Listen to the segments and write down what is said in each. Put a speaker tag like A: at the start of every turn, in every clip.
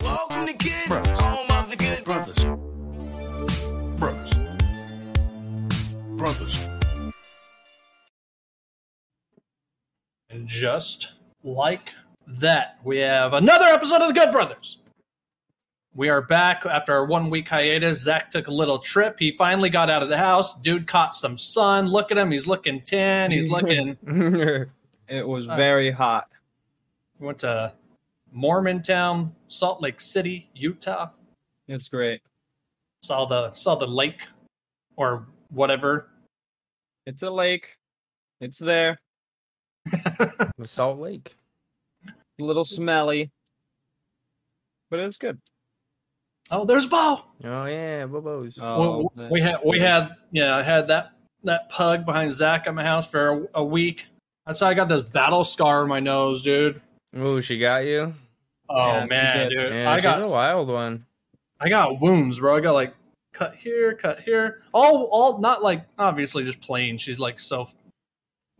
A: from the good,
B: Bruh.
A: home of the good.
B: Brothers. Brothers. Brothers.
C: And just like that, we have another episode of The Good Brothers. We are back after our one week hiatus. Zach took a little trip. He finally got out of the house. Dude caught some sun. Look at him. He's looking tan. He's looking.
D: it was very hot.
C: we went to Mormontown, Salt Lake City, Utah.
D: It's great.
C: Saw the saw the lake or whatever.
D: It's a lake. It's there.
E: The Salt Lake.
D: A little smelly, but it's good.
C: Oh, there's Bo.
E: Oh yeah, Bobos.
D: Oh,
C: we, we had we had yeah I had that that pug behind Zach at my house for a, a week. That's how I got this battle scar on my nose, dude.
E: Ooh, she got you.
C: Oh
D: Yeah,
C: man,
D: she
C: dude,
E: Yeah,
C: I
E: she's
C: got
E: a wild one.
C: I got wounds, bro. I got like cut here, cut here, all all not like obviously just plain. She's like so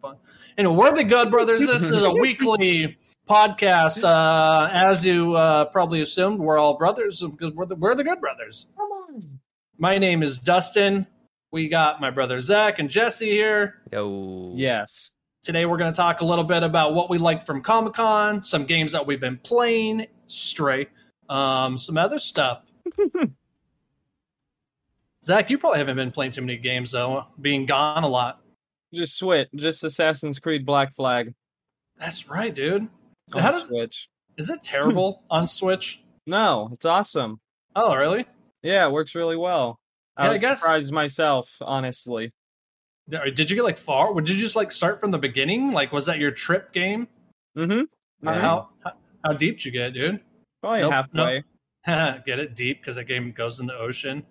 C: fun. Anyway, we're the Good Brothers. This is a weekly podcast. Uh, as you uh, probably assumed, we're all brothers because we're the, we're the Good Brothers. My name is Dustin. We got my brother Zach and Jesse here.
E: Yo.
D: yes.
C: Today, we're going to talk a little bit about what we liked from Comic Con, some games that we've been playing, Stray, um, some other stuff. Zach, you probably haven't been playing too many games though, being gone a lot.
D: Just switch. Just Assassin's Creed Black Flag.
C: That's right, dude.
D: on
C: How does-
D: Switch?
C: Is it terrible on Switch?
D: No, it's awesome.
C: Oh, really?
D: Yeah, it works really well. I
C: Yeah, I
D: was
C: guess-
D: surprised myself, honestly.
C: Did did you get like far? Did you just like start from the beginning? Like, was that your trip game?
D: Mm-hmm.
E: Yeah.
C: How, how how deep did you get, dude?
D: Probably
C: Nope,
D: halfway.
C: get it deep because that game goes in the ocean.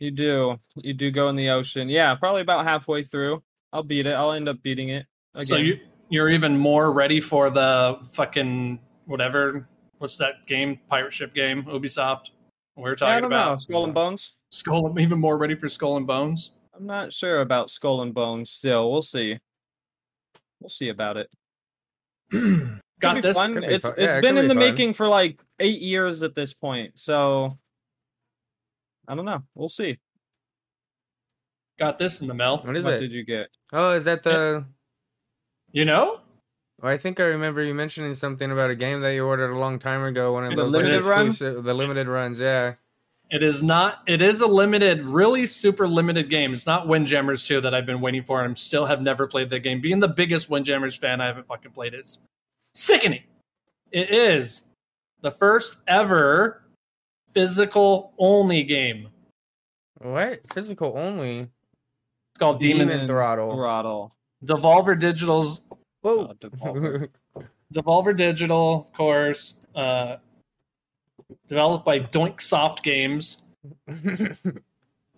D: You do. You do go in the ocean. Yeah, probably about halfway through. I'll beat it. I'll end up beating it. Again.
C: So you you're even more ready for the fucking whatever. What's that game? Pirate ship game? Ubisoft. We were
D: Yeah, I
C: talking
D: don't
C: about
D: know. Skull and Bones?
C: Skull. I'm even more ready for Skull and Bones.
D: I'm not sure about Skull and Bones still. We'll see. We'll see about it. Could be
C: Got this.
D: fun.
E: Could be
D: It's
E: fun. Yeah,
D: it's
E: it
D: been in
E: could be
D: the
E: fun.
D: making for like eight years at this point. So I don't know. We'll see.
C: Got this in the mail.
E: What is
D: what
E: it?
D: did you get?
E: Oh, is that the?
C: You know?
E: Oh, I think I remember you mentioning something about a game that you ordered a long time ago. One of
C: The
E: those like,
D: limited run?
E: exclusive- the limited runs. Yeah.
C: It is not. It is a limited, really super limited game. It's not Windjammers two that I've been waiting for, and I'm still have never played that game. Being the biggest Windjammers fan, I haven't fucking played it. It's sickening. It is the first ever physical only game.
E: What? Physical only.
C: It's called Demon.
E: Demon Throttle.
D: Throttle. Uh,
C: Devolver Digital's
D: Whoa. Devolver.
C: Devolver Digital, of course, uh, developed by Doink Soft Games. Doink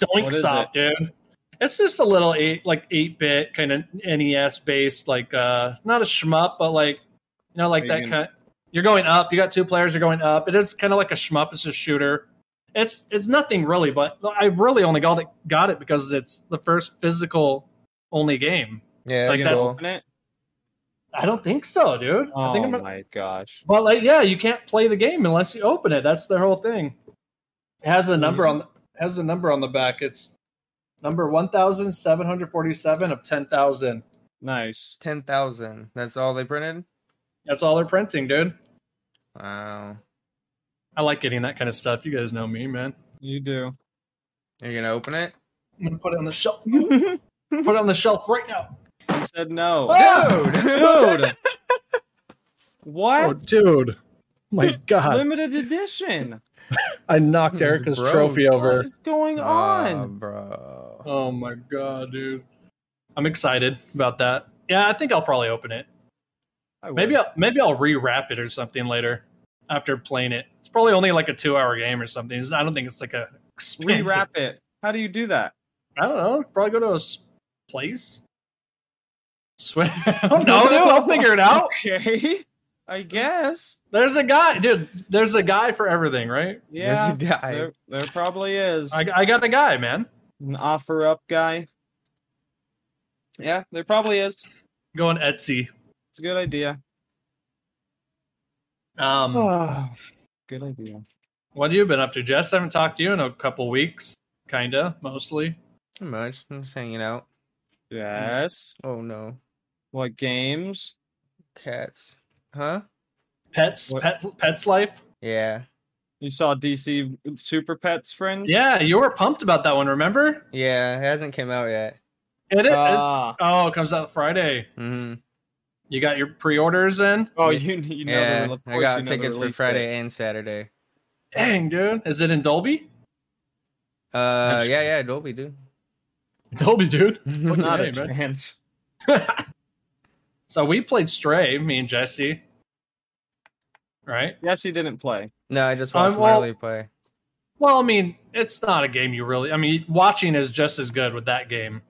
D: What is
C: Soft, dude. It's just a little eight, like eight bit kind of NES based, like uh, not a shmup, but like you know, like
D: Are you
C: that
D: gonna-
C: kind. You're going up. You got two players. You're going up. It is kind of like a shmup. It's a shooter. It's it's nothing really, but I really only got it got it because it's the first physical only game.
E: yeah.
C: Like,
E: Like
C: that's-
E: cool.
C: I don't think so, dude. I think
D: Oh
C: I'm
D: my gosh.
C: But like, yeah, you can't play the game unless you open it. That's the whole thing. It has a number on has a number on the back. It's number one thousand seven hundred forty seven of ten thousand.
D: Nice.
E: ten thousand. That's all they printed.
C: That's all they're printing, dude.
E: Wow.
C: I like getting that kind of stuff. You guys know me, man.
D: You do.
E: You're gonna open it?
C: I'm gonna put it on the shelf. put it on the shelf right now.
D: He said no.
E: Dude.
D: Dude. What?
C: Oh, dude. My God.
D: Limited edition.
C: I knocked
E: It's
C: Erica's
E: broke.
C: trophy over. Um,
D: What is going
E: Ah,
D: on?
E: bro.
C: Oh my God, dude. I'm excited about that. Yeah, I think I'll probably open it.
D: I would.
C: Maybe I'll maybe I'll rewrap it or something later after playing it. It's probably only like a two hour game or something. It's- I don't think it's like a expensive.
D: rewrap it. How do you do that?
C: I don't know. Probably go to a s- place. Swear. I don't know, dude. I'll figure it out.
D: Okay. I guess.
C: There's a guy, dude. There's a guy for everything, right?
D: Yeah.
E: There's a guy.
D: There, there probably is
C: I, I got a guy, man.
D: an offer up guy. Yeah, there probably is.
C: Go on Etsy.
D: It's a good idea.
C: Um, Hmm.
D: good idea.
C: What have you been up to, Jess? I haven't talked to you in a couple weeks. Kinda, mostly.
E: Not much. I'm just hanging out.
D: Yes.
E: Oh no,
D: What games?
E: cats. Huh?
C: Pets,
D: What-
C: pet, pets life.
E: Yeah.
D: You saw DC Super Pets Friends?
C: Yeah, you were pumped about that one. Remember?
E: Yeah. It hasn't came out yet.
C: It is.
D: Ah.
C: oh, it comes out Friday.
E: hmm
C: You got your pre-orders in.
D: oh, you, you know
E: yeah.
D: the, of
E: I
D: course
E: got
D: you know the
E: tickets for
D: release
E: Friday
D: date.
E: and Saturday.
C: Dang, dude, is it in Dolby?
E: Uh,
D: That's-
E: yeah, yeah, Dolby, dude.
C: Dolby, dude.
D: But not
C: Hey,
D: a
C: man.
D: chance.
C: so we played Stray, me and Jesse. Right?
D: Yes, he didn't play.
E: no, I just
C: I'm
E: watched
C: all-
E: Marley play.
C: Well, I mean, it's not a game you really. I mean, watching is just as good with that game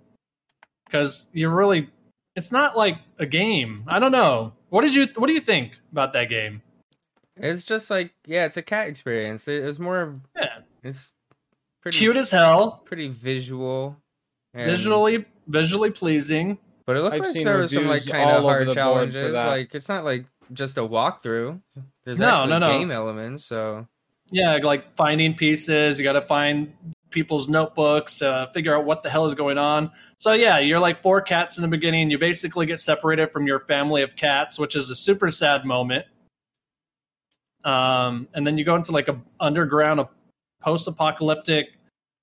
C: because you really. It's not like a game. I don't know. What did you? What do you think about that game?
E: It's just like, yeah, it's a cat experience. It, it's more, of-
C: Yeah,
E: it's pretty
C: cute as hell,
E: pretty visual. and-
C: visually visually pleasing.
E: But it looked
D: I've
E: like
D: seen
E: there was some like
D: reviews
E: kind of
D: all over
E: hard
D: the board for
E: challenges.
D: that.
E: Like it's not like just a walkthrough. There's
C: No,
E: actually
C: no, no.
E: game elements. So
C: Yeah, like finding pieces. You got to find people's notebooks to figure out what the hell is going on. So yeah, you're like four cats in the beginning. You basically get separated from your family of cats, which is a super sad moment. Um, and then you go into like a underground, a post-apocalyptic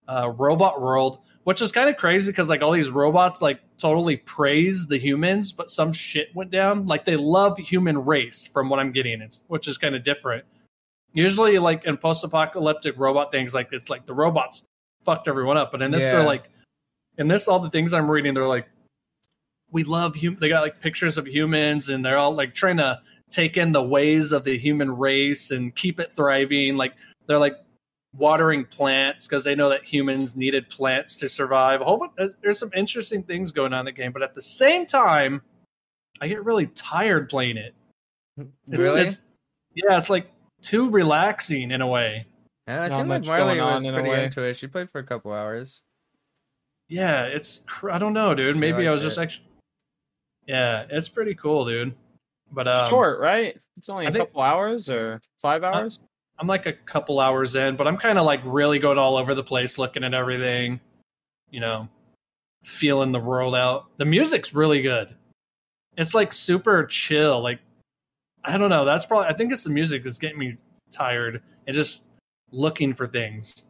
C: uh, robot world, which is kind of crazy because like all these robots like totally praise the humans, but some shit went down. Like they love human race, from what I'm getting, it's, which is kind of different usually like in post-apocalyptic robot things like it's like the robots fucked everyone up but in this
E: Yeah.
C: they're like in this all the things i'm reading they're like we love hum they got like pictures of humans and they're all like trying to take in the ways of the human race and keep it thriving like they're like watering plants because they know that humans needed plants to survive a whole bunch there's some interesting things going on in the game but at the same time i get really tired playing it it's,
E: really,
C: it's- yeah, it's like too relaxing in a way.
E: yeah, it
D: not
E: seemed like
D: much
E: Marley
D: going
E: was
D: on in a
E: pretty
D: way.
E: into it. She played for a couple hours.
C: Yeah, it's cr- I don't know, dude.
E: She
C: Maybe I
E: liked
C: was just
E: it.
C: actually. Yeah, it's pretty cool, dude. But um,
D: Short, right? It's only
C: I
D: a
C: think- Uh,
D: couple hours or five hours.
C: I'm like a couple hours in, but I'm kind of like really going all over the place, looking at everything, you know, feeling the world out. The music's really good. It's like super chill. Like I don't know. That's probably I think it's the music that's getting me tired and just looking for things.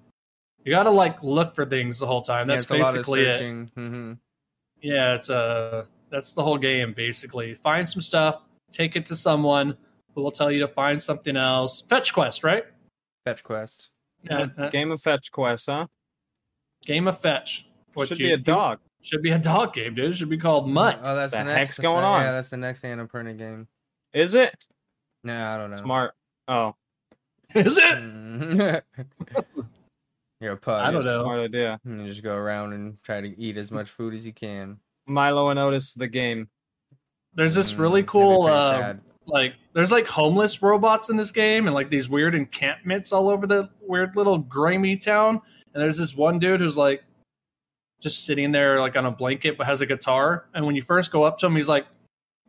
C: You got to like look for things the whole time.
E: Yeah,
C: That's
E: it's a lot of
C: basically it.
E: searching. hmm
C: Yeah, it's uh that's the whole game basically. Find some stuff, take it to someone who will tell you to find something else. Fetch quest, right?
E: Fetch quest.
C: Yeah, uh,
D: Game of fetch quest, huh?
C: game of fetch. Which
D: Should
C: you-
D: be a dog.
C: Should be a dog game, dude. It should be called Mutt.
E: Oh, that's
D: The
E: the, next.
D: heck's going on?
E: Yeah, that's the next Annapurna game.
D: Is it
E: No, I
C: Uh,
E: don't know.
D: smart? Oh,
C: Is it?
E: Mhm. You're a pug.
C: I don't know.
D: smart idea.
E: You just go around and try to eat as much food as you can.
D: Milo and Otis, the game.
C: There's this
E: Mm,
C: really
E: that'd be
C: cool
E: pretty
C: uh,
E: sad.
C: like there's like homeless robots in this game and like these weird encampments all over the weird little grimy town and there's this one dude who's like just sitting there like on a blanket but has a guitar and when you first go up to him he's like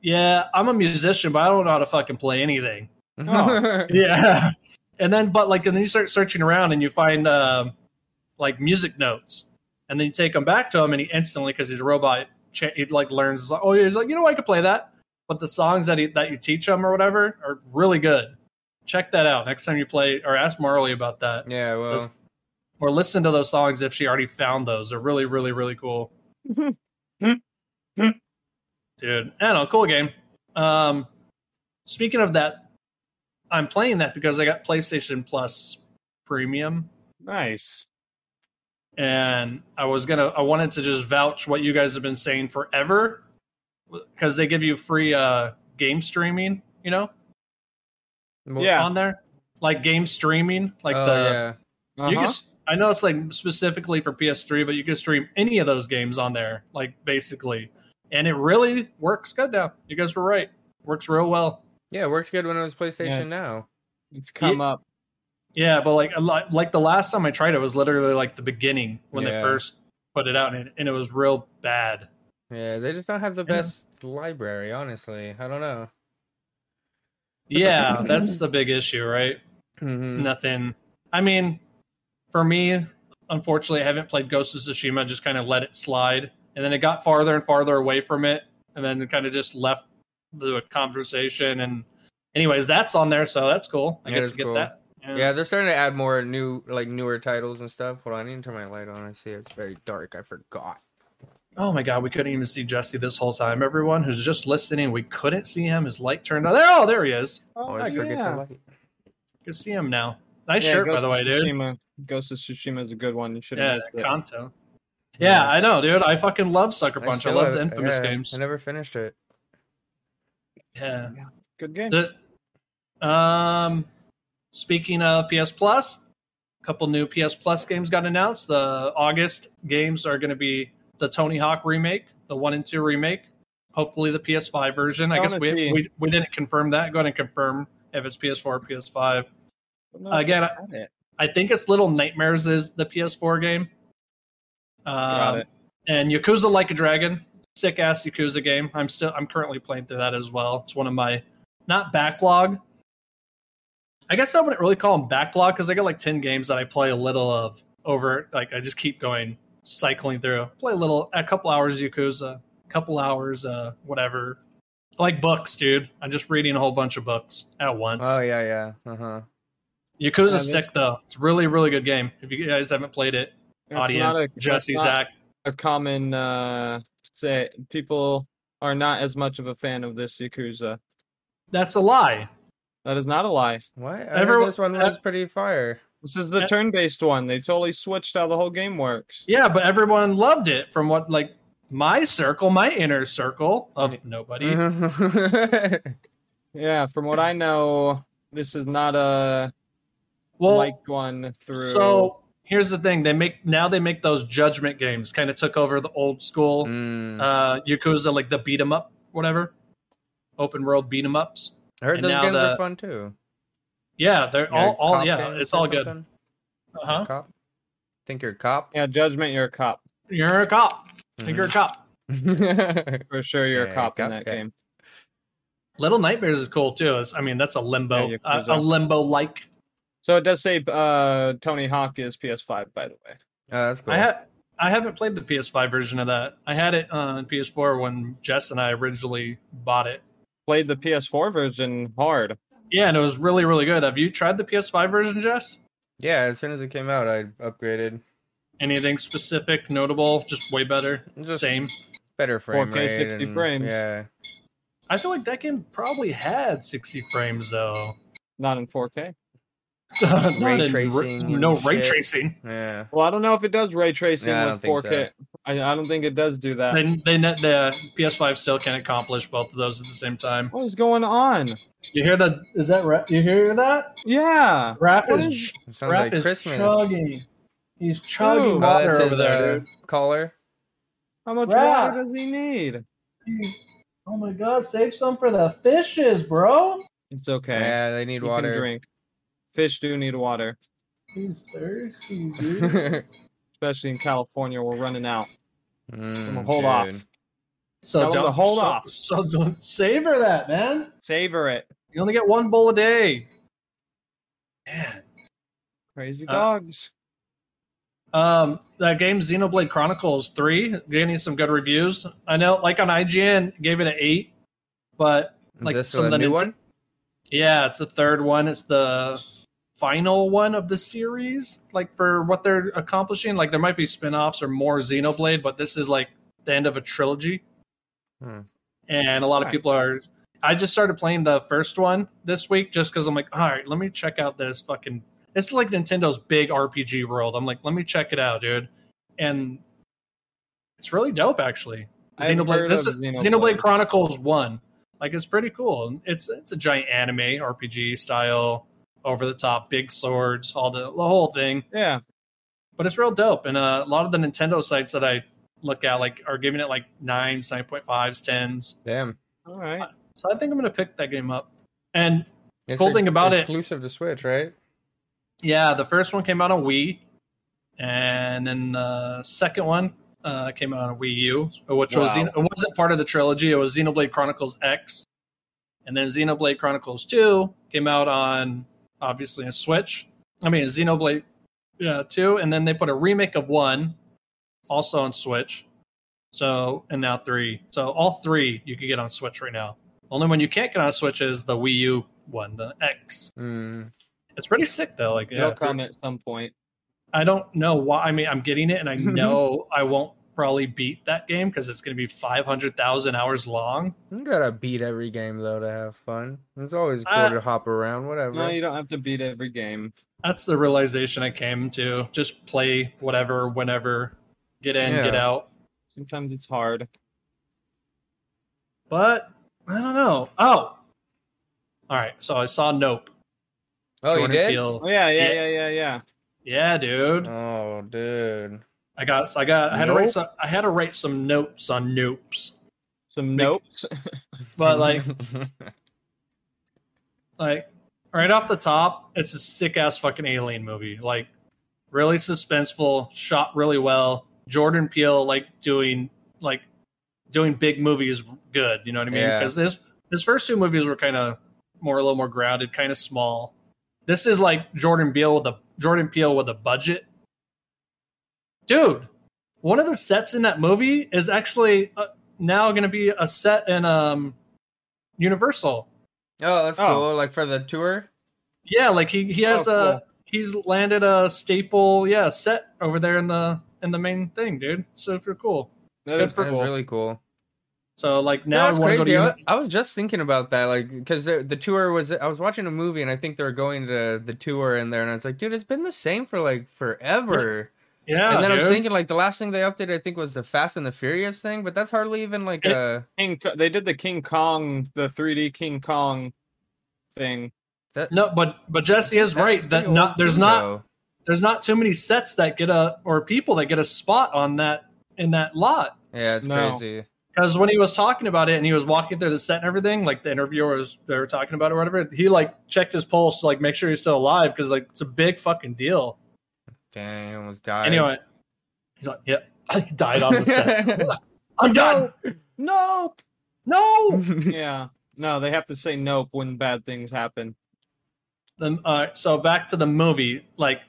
C: yeah i'm a musician but i don't know how to fucking play anything
D: Oh.
C: yeah and then but like and then you start searching around and you find um like music notes and then you take them back to him and he instantly because he's a robot cha- he like learns he's like, oh yeah he's like you know i could play that but the songs that he, that you teach him or whatever are really good check that out next time you play or ask marley about that
E: yeah, well,
C: Those- or listen to those songs if she already found those they're really really really cool dude i don't know cool game um speaking of that i'm playing that because i got playstation plus premium
D: Nice.
C: and I was gonna I wanted to just vouch what you guys have been saying forever because they give you free uh game streaming, you know,
E: well,
D: Yeah.
C: on there like game streaming, like
E: oh,
C: the
E: yeah.
D: Uh-huh.
C: you can, s- I know it's like specifically for PS3, but you can stream any of those games on there, like basically, and it really works good now. You guys were right, works real well.
E: Yeah, it worked good when it was PlayStation
D: it's-
E: Now.
D: It's come up.
C: Yeah, but like a lot, like the last time I tried it was literally like the beginning when they
E: Yeah.
C: first put it out, and it, and it was real bad.
E: Yeah, they just don't have the
C: Yeah.
E: best library, honestly. I don't know.
C: Yeah, that's the big issue, right?
E: Mhm.
C: nothing I mean, for me, unfortunately, I haven't played Ghost of Tsushima. I just kind of let it slide, and then it got farther and farther away from it, and then kind of just left the conversation. And anyways, that's on there, so that's cool. I
E: Yeah,
C: get
E: that's
C: to get
E: cool.
C: that.
E: Yeah, they're starting to add more new, like newer titles and stuff. Hold on, I need to turn my light on. I see it's very dark. I forgot.
C: Oh my god, we couldn't even see Jesse this whole time. Everyone who's just listening, we couldn't see him. His light turned on. There, oh, there he is.
E: Always forget the light.
C: You can see him now. Nice
D: Yeah,
C: shirt, by
D: Ghost
C: the
D: of
C: way, dude.
D: Tsushima- Ghost of Tsushima is a good one. You should
C: Yeah,
D: have
C: Kanto. Yeah, I know, dude. I fucking love Sucker Punch. I,
E: still
C: love
E: have-
C: the Infamous
E: yeah,
C: games.
E: I never finished it.
C: Yeah.
D: Good game.
C: The- um, speaking of PS Plus, a couple new PS Plus games got announced. The August games are going to be the Tony Hawk remake, the one and two remake, hopefully the PS5 version. I guess we,
D: Honestly.
C: we we didn't confirm that. Go ahead and confirm if it's PS4 or PS5.
D: Don't know if
C: again,
D: it's got it.
C: I think it's Little Nightmares is the PS4 game.
D: Got
C: Um,
D: it.
C: and Yakuza Like a Dragon, sick ass Yakuza game. I'm still I'm currently playing through that as well. It's one of my not backlog. I guess I wouldn't really call them backlog because I got like ten games that I play a little of over. Like I just keep going cycling through. Play a little, a couple hours Yakuza, a couple hours uh whatever. I like books, dude. I'm just reading a whole bunch of books at once.
E: Oh yeah, yeah. Uh huh.
C: Yakuza's
D: Yeah, it is.
C: sick though. It's a really really good game. If you guys haven't played it,
D: It's not
C: audience,
D: a- it's
C: Jesse,
D: not
C: Zach.
D: a common uh say people are not as much of a fan of this Yakuza.
C: That's a lie.
D: That is not a lie.
E: What? I heard
C: Everyone-
E: this one was pretty fire.
D: This is the
C: Yeah.
D: turn-based one. They totally switched how the whole game works.
C: Yeah, but everyone loved it from what like my circle, my inner circle of
E: Yeah.
D: Mm-hmm.
C: nobody. Mm.
E: yeah,
D: Yeah, from what I know, this is not a
C: Well,
D: liked one through.
C: so here's the thing: they make now they make those judgment games. Kind of took over the old school
D: Mm-hmm.
C: uh, Yakuza, like the beat 'em up, whatever, open world beat 'em ups.
E: I heard
C: and
E: those
C: now
E: games
C: the-
E: are fun too.
C: Yeah, they're
E: You're
C: all
E: a
C: all
E: cop
C: yeah,
E: games
C: it's
E: or
C: all good.
E: something?
C: Uh-huh.
E: Cop? Think you're a cop?
D: yeah, judgment. You're a cop
C: You're a cop. I think You're
D: Mm-hmm.
C: a cop.
E: Mhm.
D: for sure. You're
E: Yeah,
D: a cop in
E: cop,
D: that
E: yeah.
D: game.
C: Little Nightmares is cool too. It's, I mean, that's a limbo,
D: Yeah,
C: uh,
D: Yakuza.
C: a limbo like.
D: So it does say uh Tony Hawk is PS5, by the way.
E: Oh, that's cool.
C: I had I haven't played the PS5 version of that. I had it on PS4 when Jess and I originally bought it.
D: Played the PS4 version hard.
C: Yeah, and it was really really good. Have you tried the PS5 version, Jess?
E: yeah, as soon as it came out, I upgraded.
C: Anything specific, notable, just way better,
E: Just
C: same.
E: better frame
D: 4K
E: rate
D: 60
E: and-
D: frames.
E: Yeah,
C: I feel like that game probably had 60 frames though.
D: Not in 4K.
C: Not
E: Ray
C: in-
E: tracing and
C: no ray
E: shit.
C: tracing.
E: yeah.
D: Well, I don't know if it does ray tracing
E: Yeah, I
D: with
E: don't think
D: 4K. I, I don't think it does do that.
C: They, they net the PS5 still can't accomplish both of those at the same time.
D: What is going on?
C: You hear that? Is that rap? You hear that?
D: Yeah.
C: Rap
D: What
C: is,
D: is-
C: ch-
E: It sounds
C: rap
E: like
C: is
E: Christmas.
C: chugging. He's chugging
D: Ooh. Oh,
E: Oh,
C: water
E: that's
C: over
E: his
C: there.
E: uh,
C: dude.
E: caller.
D: How much
C: Rap.
D: water does he need? uh,
C: Oh my god, save some for the fishes, bro.
D: It's okay.
E: Yeah, Uh, they need
D: you can
E: water.
D: drink. Fish do need water,
C: He's thirsty,
D: especially in California. We're running out.
E: Mm,
D: hold off.
E: dude.
C: so
D: Tell him to
C: don't
D: hold
C: so-
D: off.
C: So don't savor that, man.
D: Savor it.
C: You only get one bowl a day. Man.
D: Crazy
C: Uh,
D: dogs.
C: Um, that game Xenoblade Chronicles 3 getting some good reviews. I know like on IGN gave it an 8, but
E: Is
C: like
E: this
C: some of
E: a
C: the
E: new
C: Nint-
E: one?
C: yeah, it's the third one. It's the final one of the series like for what they're accomplishing. Like there might be spin-offs or more Xenoblade, but this is like the end of a trilogy.
E: Hmm.
C: and a lot of
D: Alright.
C: people are i just started playing the first one this week just because i'm like all right let me check out this fucking this is like nintendo's big rpg world i'm like let me check it out dude and it's really dope actually
D: I haven't
C: xenoblade
D: heard
C: this
D: of
C: is xenoblade.
D: Xenoblade.
C: chronicles 1 like it's pretty cool And it's it's a giant anime rpg style over the top big swords all the, the whole thing
D: Yeah.
C: but it's real dope. And uh, a lot of the Nintendo sites that I look at like are giving it like nines, nine point fives, tens.
E: Damn.
D: All right.
C: So I think I'm gonna pick that game up. And
E: It's
C: Cool thing about it-
E: exclusive to Switch, right?
C: yeah, the first one came out on Wii, and then the second one uh, came out on Wii U, which was
D: Wow.
C: it wasn't part of the trilogy. It was Xenoblade Chronicles X, and then Xenoblade Chronicles Two came out on obviously a Switch, I mean, Xenoblade yeah, 2, and then they put a remake of 1 also on Switch. So, and now 3. So, all 3 you can get on Switch right now. Only one you can't get on Switch is the Wii U one, the X.
E: Mm.
C: It's pretty sick though. Like, yeah,
D: They'll come at some point.
C: I don't know why. I mean, I'm getting it, and I
E: Mm-hmm.
C: know I won't probably beat that game because it's going to be 500,000 hours long.
E: You gotta beat every game though to have fun. It's always cool
C: Uh,
E: to hop around, whatever.
D: No, you don't have to beat every game.
C: That's the realization I came to. Just play whatever, whenever, get in, get
E: Yeah.
C: out.
D: Sometimes it's hard.
C: But I don't know. Oh, all right. So I saw Nope.
E: oh, you
C: Jordan
E: did?
C: Peele.
D: Oh yeah,
C: Yeah.
D: yeah, yeah, yeah, yeah.
C: Yeah, dude.
E: Oh, dude.
C: I got. I got. I had to
E: Nope.
C: write. Some, I had to write some notes on Nopes.
D: Some nopes.
C: But like, like right off the top, it's a sick ass fucking alien movie. Like really suspenseful, shot really well. Jordan Peele like doing like doing big movies good. You know what I mean?
E: Yeah.
C: Because his his first two movies were kind of more a little more grounded, kind of small. This is like Jordan Peele with a Jordan Peele with a budget. Dude, one of the sets in that movie is actually uh, now going to be a set in um Universal.
E: oh, that's
D: Oh.
E: cool. Like for the tour?
C: Yeah, like he he has
D: Oh,
C: a he's landed a staple yeah set over there in the in the main thing, dude. Super cool.
D: That
C: Good
D: is
C: for-
E: That's
C: cool.
E: really cool.
C: So like
E: Now
C: now
E: that's
C: I want to go to
E: crazy. I wa-
C: uni-
E: I was just thinking about that, like, because the, the tour was. I was watching a movie, and I think they were going to the tour in there, and I was like, dude, it's been the same for like forever.
C: yeah.
E: and then I was
C: dude.
E: thinking, like, the last thing they updated, I think, was the Fast and the Furious thing, but that's hardly even like
D: It-
E: a
D: King. Co- They did the King Kong, the 3D King Kong thing.
E: that.
C: no, but but Jesse is right
E: that's
C: that
E: pretty
C: not
E: old
C: there's
E: too,
C: not
E: though.
C: there's not too many sets that get a or people that get a spot on that in that lot.
E: Yeah, it's
D: No.
E: crazy.
C: Because when he was talking about it and he was walking through the set and everything, like the interviewer was they were talking about it or whatever, he like checked his pulse to like make sure he's still alive because like it's a big fucking deal.
E: Dang, I almost died.
C: Anyway, he's like, "Yep, I died on the set. I'm done."
D: Nope.
C: No.
D: yeah. No, they have to say nope when bad things happen.
C: The, uh, so back to the movie. Like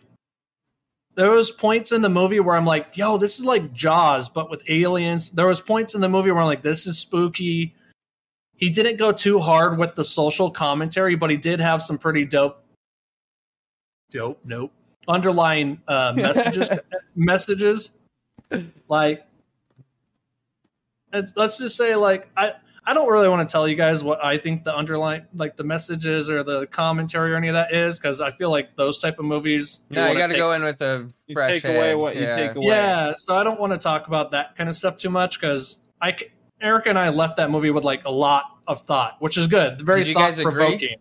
C: there was points in the movie where I'm like, "Yo, this is like Jaws, but with aliens." There was points in the movie where I'm like, "This is spooky." He didn't go too hard with the social commentary, but he did have some pretty dope, dope, nope, underlying uh, messages. messages, like it's- let's just say, like I. I don't really want to tell you guys what I think the underlying, like the messages or the commentary or any of that is, because I feel like those type of movies.
E: No, you
C: wanna
E: got to
C: take
E: go
C: s-
E: in with a
D: You
E: fresh
D: take away
E: head.
D: what you
E: yeah.
D: take away.
C: yeah, so I don't want to talk about that kind of stuff too much because I, c- Eric and I left that movie with like a lot of thought, which is good. Very
E: Did you guys
C: thought
E: agree?
C: provoking.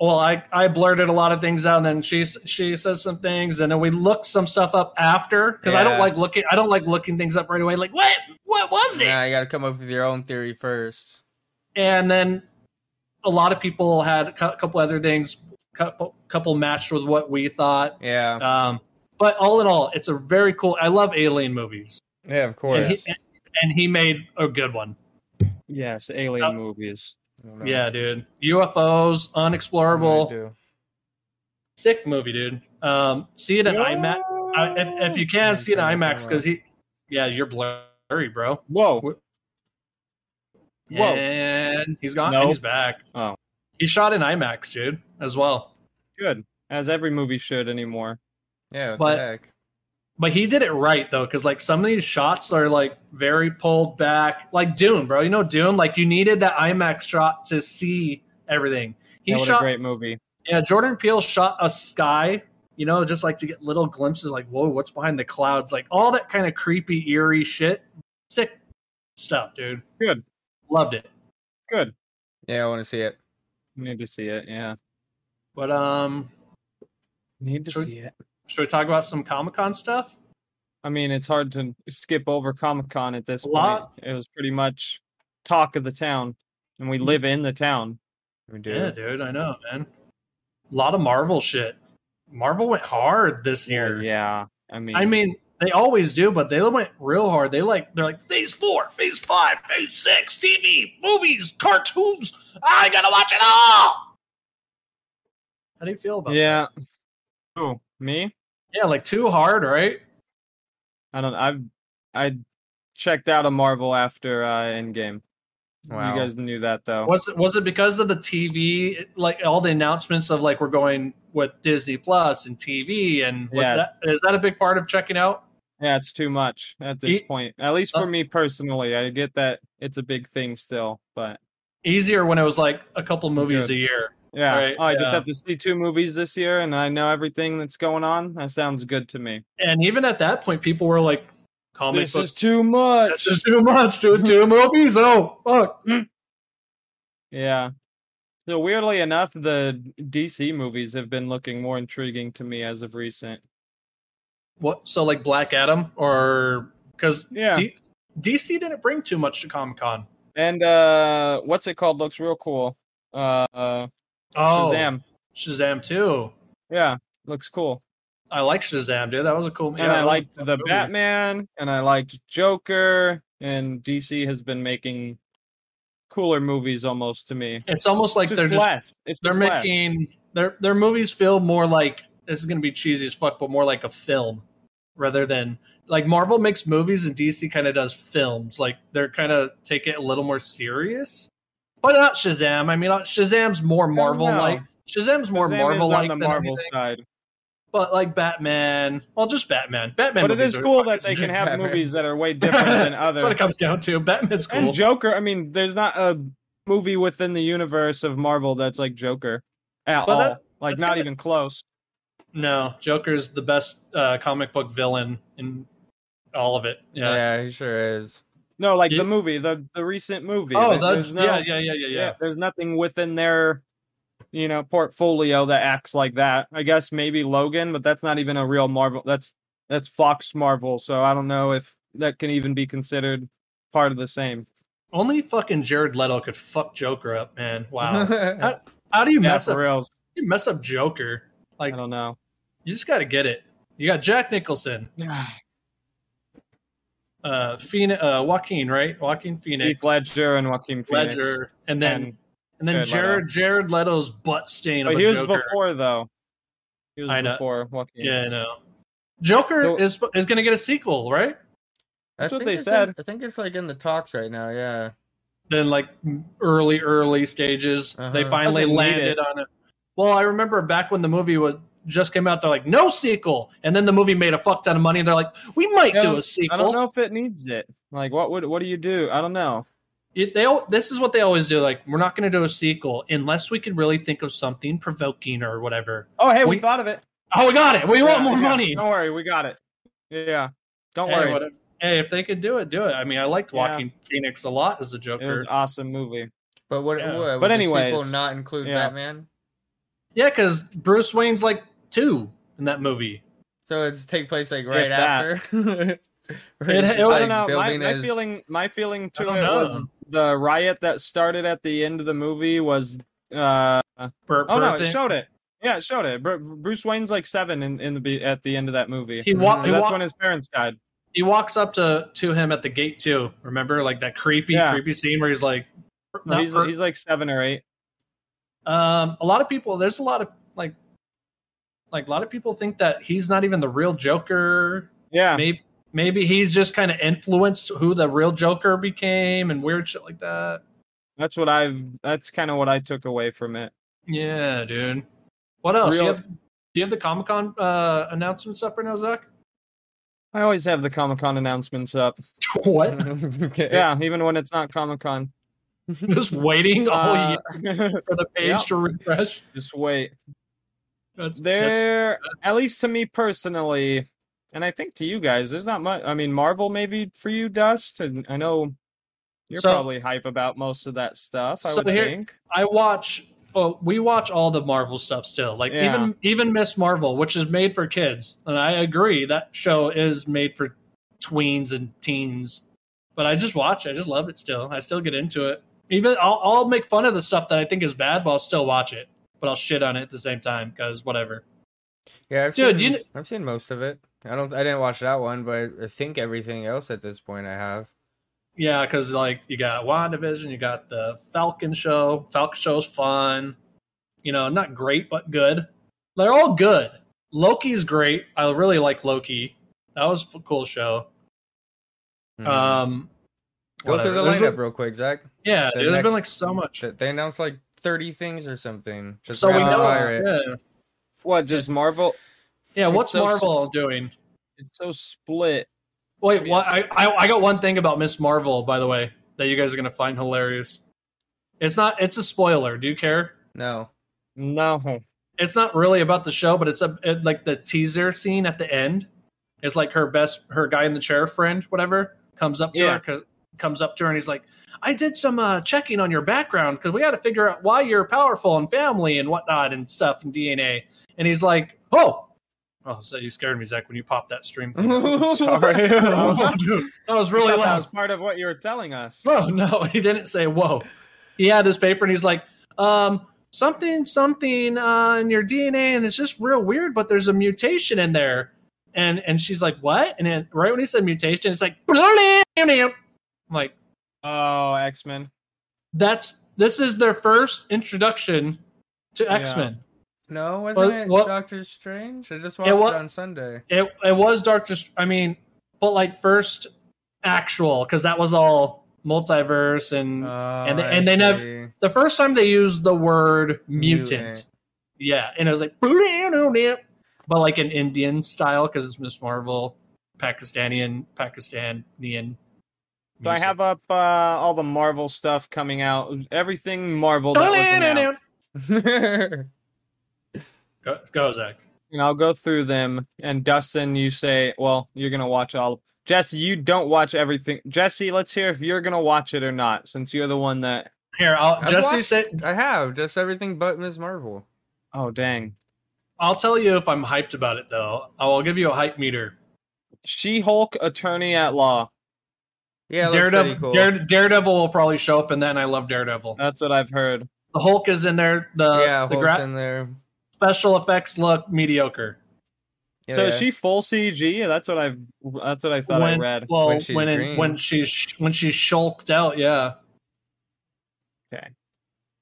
C: Well, I I blurted a lot of things out, and then she s- she says some things, and then we looked some stuff up after because I don't
E: Yeah.
C: like looking I don't like looking things up right away. Like what what was it?
E: Nah, you got to come up with your own theory first.
C: and then a lot of people had a cou- couple other things, couple couple matched with what we thought.
E: Yeah,
C: Um, but all in all, it's a very cool. I love alien movies.
E: yeah, of course.
C: and he, and, and he made a good one.
D: Yes, alien
C: Uh,
D: movies.
E: I don't know.
C: Yeah, dude. UFOs,
E: I really
C: unexplorable,
E: do.
C: sick movie, dude. Um, see it in IMAX. I, uh, if, if you
E: Yeah,
C: can see it in
E: turn the
C: IMAX,
E: camera
C: because he, yeah, you're blurry, bro.
D: Whoa. Whoa.
C: And he's gone.
D: No.
C: And he's back.
D: Oh.
C: he shot in IMAX, dude, as well.
D: Good. As every movie should anymore.
E: Yeah, what
C: But-
E: the heck?
C: But he did it right though, because like some of these shots are like very pulled back, like Dune, bro. You know Dune, like you needed that IMAX shot to see everything. He
D: Yeah, what
C: shot
D: a great movie.
C: Yeah, Jordan Peele shot a sky, you know, just like to get little glimpses, like, whoa, what's behind the clouds? Like all that kind of creepy, eerie shit. Sick stuff, dude.
D: Good.
C: Loved it.
D: Good.
E: Yeah, I want to see it.
D: Need to see it. Yeah.
C: But um
D: Need to
C: Should-
D: see it.
C: should we talk about some Comic Con stuff?
D: I mean, it's hard to skip over Comic Con at this
C: A
D: point.
C: lot.
D: It was pretty much talk of the town, and we live in the town.
E: We do.
C: Yeah, dude, I know, man. A lot of Marvel shit. Marvel went hard this year.
D: Yeah. I mean,
C: I mean, they always do, but they went real hard. They like they're like phase four, phase five, phase six, TV, movies, cartoons. I gotta watch it all. How do you feel about
D: Yeah. Who? Me?
C: that? Yeah, like too hard, right?
D: I don't I've I checked out of Marvel after uh Endgame.
E: Wow.
D: You guys knew that though.
C: Was it was it because of the TV like all the announcements of like we're going with Disney Plus and TV and was
D: Yeah.
C: that is that a big part of checking out?
D: Yeah, it's too much at this
C: Ye-
D: point. At least for
C: Uh,
D: me personally. I get that it's a big thing still, but
C: Easier when it was like a couple movies a year.
D: yeah.
C: Right,
D: oh, I just
C: yeah.
D: have to see two movies this year and I know everything that's going on. That sounds good to me.
C: And even at that point people were like comics
D: This
C: was
D: is too much.
C: this is too much, dude. Two movies. Oh fuck.
D: Yeah. So weirdly enough, the DC movies have been looking more intriguing to me as of recent.
C: What so like Black Adam or because
D: Yeah.
C: D- DC didn't bring too much to Comic Con.
D: And uh what's it called? Looks real cool. Uh, uh
C: Oh
D: Shazam.
C: Shazam too.
D: Yeah, looks cool.
C: I like Shazam, dude. That was a cool movie.
D: And I liked the Batman and I liked Joker and DC has been making cooler movies almost to me.
C: It's almost like
D: just
C: they're just
D: less. It's
C: they're
D: just less.
C: making their their movies feel more like this is going to be cheesy as fuck, but more like a film rather than like Marvel makes movies and DC kind of does films. Like they're kind of take it a little more serious, but not Shazam. I mean, uh, Shazam's more
D: don't
C: Marvel like.
D: know.
C: Shazam's more
D: Shazam is
C: Marvel like
D: on
C: than
D: the Marvel
C: anything,
D: side.
C: but like Batman, well, just Batman. Batman,
D: But it
C: movies
D: is
C: are
D: cool
C: fucking
D: that they can have
E: Batman.
D: movies that are way different than
C: That's what
D: others.
C: it comes down to. Batman's cool.
D: And Joker, I mean, there's not a movie within the universe of Marvel that's like Joker at
C: Well,
D: all.
C: that-
D: like
C: that's
D: not
C: kinda-
D: even close.
C: No, Joker's the best uh, comic book villain in all of it. Yeah.
E: yeah. he sure is.
D: No, like
C: Yeah.
D: the movie, the the recent movie.
C: Oh,
D: There-
C: that,
D: there's no,
C: yeah, yeah, yeah, yeah, yeah.
D: There's nothing within their, you know, portfolio that acts like that. I guess maybe Logan, but that's not even a real Marvel. That's that's Fox Marvel. So I don't know if that can even be considered part of the same.
C: Only fucking Jared Leto could fuck Joker up, man. Wow. How do you
D: Yeah,
C: mess
D: for
C: up?
D: reals.
C: You mess up Joker.
D: I
C: Like
D: don't know.
C: you just got to get it. You got Jack Nicholson, uh, Phoenix, uh, Joaquin, right? Joaquin Phoenix,
D: Heath Ledger and Joaquin Phoenix.
C: Ledger, and then and,
D: And-
C: then
D: Jared Leto.
C: Jared Jared Leto's butt stain of
D: But
C: a
D: he was
C: Joker.
D: before though. He was
C: I know.
D: before Joaquin.
C: yeah, I know. Joker
D: So-
C: is is going to get a sequel, right?
E: I
D: That's what
E: think
D: they
E: it's
D: said.
E: in- I think it's like in the talks right now. Yeah.
C: Then like early early stages they
E: Uh-huh.
C: finally
D: Doesn't need
C: landed
D: it.
C: on it well i remember back when the movie was just came out they're like no sequel and then the movie made a fuck ton of money they're like we might
D: I
C: do
D: don't-
C: a sequel
D: I don't know if it needs it. Like, what would what do you do? I don't know.
C: It- they al- this is what they always do like we're not going to do a sequel unless we can really think of something provoking or whatever
D: Oh, hey, we,
C: We-
D: thought of it.
C: oh we got it we want
D: Yeah,
C: more
D: yeah.
C: money
D: Don't worry, we got it. Yeah, don't
C: hey,
D: worry.
C: whatever. Hey, if they could do it do it i mean i liked
D: Yeah.
C: walking phoenix a lot as a
D: It was
C: joker
D: an awesome movie.
E: But what?
C: Yeah.
E: what would
D: But
E: the
D: anyways,
E: sequel not include
D: yeah.
E: Batman.
C: yeah because bruce wayne's like two in that movie
E: So it's take place like right
D: that.
E: after. Where
C: It-
E: he's
C: it-
E: just,
C: I
D: I
E: like,
D: don't know. My,
E: building
D: my
E: his-
D: feeling, my feeling
C: I
D: to it
C: don't know.
D: was the riot that started at the end of the movie was. uh
C: Bur-
D: Oh no,
C: Burthing-
D: it showed it. Yeah, it showed it. Bru- Bruce Wayne's like seven in, in the be- at the end of that movie.
C: he, wa- he
D: Mm-hmm. that's
C: walked
D: when his parents died.
C: he walks up to to him at the gate too. Remember, like that creepy,
D: Yeah.
C: creepy scene where he's like,
D: No,
C: not
D: he's,
C: per-
D: he's like seven or eight.
C: um, a lot of people. There's a lot of like, like a lot of people think that he's not even the real Joker.
D: Yeah,
C: Maybe maybe he's just kind of influenced who the real Joker became and weird shit like that.
D: that's what I've. That's kind of what I took away from it.
C: Yeah, dude. What else?
D: Real-
C: You have, do you have the Comic Con uh, announcements up right now, Zach?
D: I always have the Comic Con announcements up.
C: What?
E: Okay.
D: Yeah, even when it's not Comic Con.
C: just waiting all
D: Uh,
C: year for the page
D: yeah.
C: to refresh.
D: just wait.
C: That's, that's
D: There, at least to me personally, and I think to you guys, there's not much. I mean, Marvel maybe for you, Dust, and I know you're
C: So-
D: probably hype about most of that stuff. I
C: So
D: would
C: here-
D: think.
C: I watch. Oh, we watch all the Marvel stuff still. Like
D: Yeah.
C: even even Miss Marvel, which is made for kids, and I agree that show is made for tweens and teens. But I just watch. it. I just love it still. I still get into it. Even I'll, I'll make fun of the stuff that I think is bad, but I'll still watch it. But I'll shit on it at the same time because whatever.
E: Yeah, I've
C: Dude,
E: seen,
C: you kn-
E: I've seen most of it. I don't. I didn't watch that one, but I think everything else at this point I have.
C: Yeah, because like you got WandaVision, you got the Falcon show. Falcon show's fun. You know, not great but good. They're all good. Loki's great. I really like Loki. That was a cool show.
E: Mhm.
C: Um,
E: Go through
C: whatever.
E: the
C: There's
E: lineup
C: been-
E: real quick, Zach.
C: yeah,
E: the
C: dude, there's
E: next-
C: been like so much.
E: They announced like 30 things or something. Just
C: So we
E: rapid
C: know.
E: fire it.
C: Yeah.
D: What just Marvel?
C: yeah,
D: It's
C: what's
D: so-
C: Marvel doing?
D: It's so split.
C: Wait, what? I, I I got one thing about Miss Marvel, by the way, that you guys are gonna find hilarious. It's not. It's a spoiler. Do you care?
E: No.
D: No,
C: It's not really about the show, but it's a it, like the teaser scene at the end. It's like her best, her guy in the chair friend, whatever, comes up to
D: Yeah.
C: her, co- comes up to her, and he's like, "I did some uh, checking on your background because we got to figure out why you're powerful and family and whatnot and stuff and DNA." And he's like, "Oh." Oh, so you scared me, Zach, when you popped that stream. thing.
D: sorry.
C: Oh,
D: I
C: dude, that was
D: thought
C: really
D: that
C: loud.
D: was part of what you were telling us.
C: No, no, he didn't say whoa. He had his paper and he's like, um, something, something uh, in your DNA, and it's just real weird, but there's a mutation in there. And and she's like, what? And then right when he said mutation, it's like, I'm like,
D: Oh, X Men.
C: that's this is their first introduction to
D: Yeah.
C: X Men.
E: No, wasn't
C: Well,
E: it
C: well-
E: Doctor Strange? I just watched
C: wa-
E: it on Sunday.
C: It it was Doctor. Str- I mean, but like first actual because that was all multiverse
E: Uh,
C: and
E: and
C: they- Mm, and they nev- the first time they used the word mutant.
E: Mutant.
C: Yeah, and it was like, but like an Indian style because it's Miss Marvel, Pakistani and Pakistanian.
D: So I
C: music.
D: have up uh, all the Marvel stuff coming out. Everything Marvel that was announced.
C: Go, go, Zach.
D: And I'll go through them. And Dustin, you say, well, you're gonna watch all. Jesse, you don't watch everything. Jesse, let's hear if you're gonna watch it or not, since you're the one that.
C: Here, I'll,
E: I've
C: Jesse
E: watched-
C: said,
E: I have just everything but Ms. Marvel.
D: Oh dang.
C: I'll tell you if I'm hyped about it though. I'll give you a hype meter.
D: She Hulk, Attorney at Law.
E: Yeah, it looks
C: Daredevil,
E: pretty cool. Uh,
C: Dare, Daredevil will probably show up in that, and I love Daredevil.
D: That's what I've heard.
C: The Hulk is in there. The
E: yeah,
C: uh, the
E: Hulk's
C: gra-
E: in there.
C: special effects look mediocre.
E: Yeah,
D: so
E: yeah.
D: is she full CG? That's what I've. That's what I thought I
C: when,
D: read.
C: Well,
E: When
C: when
E: she's
C: when,
E: green.
C: in, when she's when she's shulked out, yeah.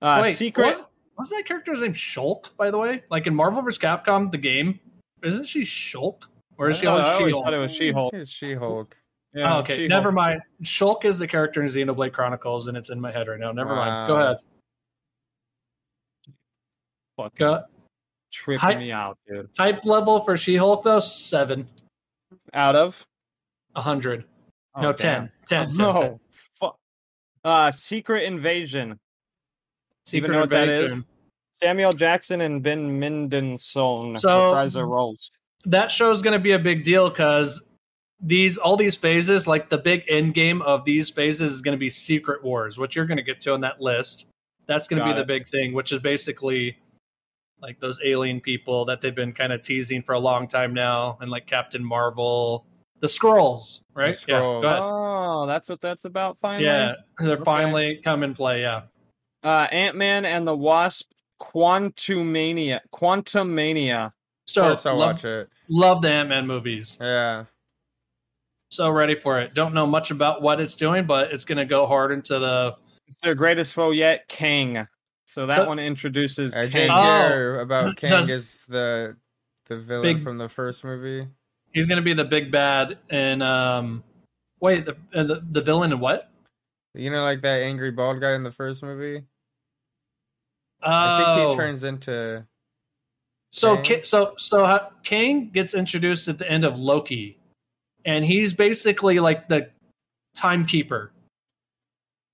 D: Uh,
C: Wait,
D: Secret.
C: Was, wasn't that character's name Shulk? By the way, like in Marvel vs. Capcom, the game, isn't she Shulk? Or is she
D: Oh,
C: always
D: I always
C: She-Hulk?
D: thought it was She Hulk.
E: It's She-Hulk.
C: oh, okay, never mind. Shulk is the character in Xenoblade Chronicles, and it's in my head right now. Never mind. Go
D: Uh,
E: Wow.
C: ahead.
D: Fucking
C: Go.
D: tripping
C: Hi-
D: me out, dude.
C: Hype level for She-Hulk though seven,
D: Out of
C: a hundred,
D: Oh,
C: no
D: damn.
C: ten, ten, ten,
D: no,
C: 10.
D: fuck. Uh, Secret Invasion.
C: Secret
D: know what that is?
C: Invasion.
D: Samuel Jackson and Ben Mendelsohn
C: So-
D: reprise their roles.
C: that show's going to be a big deal because these all these phases like the big end game of these phases is going to be secret wars which you're going to get to on that list that's going to be
D: Got
C: the
D: it.
C: big thing which is basically like those alien people that they've been kind of teasing for a long time now and like captain marvel the scrolls right
E: Skrulls.
C: yeah go ahead.
D: Oh, that's what that's about. Finally,
C: yeah they're
D: Okay.
C: finally come and play yeah
D: Uh, Ant Man and the Wasp. Quantumania. Quantumania.
E: Of
C: so
E: course I'll
C: love,
E: watch it.
C: love the ant-man movies
E: Yeah.
C: so ready for it don't know much about what it's doing but it's going to go hard into the
D: It's their greatest foe yet, Kang. So that
C: But-
D: one introduces
E: I
D: Kang.
E: did
C: Oh.
E: hear about Kang
C: Does-
E: is the the villain
C: Big-
E: from the first movie.
C: He's gonna be the big bad and um wait, the uh, the, the villain and what?
E: You know, like that angry bald guy in the first movie. I think
C: Oh,
E: he turns into
C: so
E: Kang.
C: Ki- so so how, Kang gets introduced at the end of Loki, and he's basically like the timekeeper,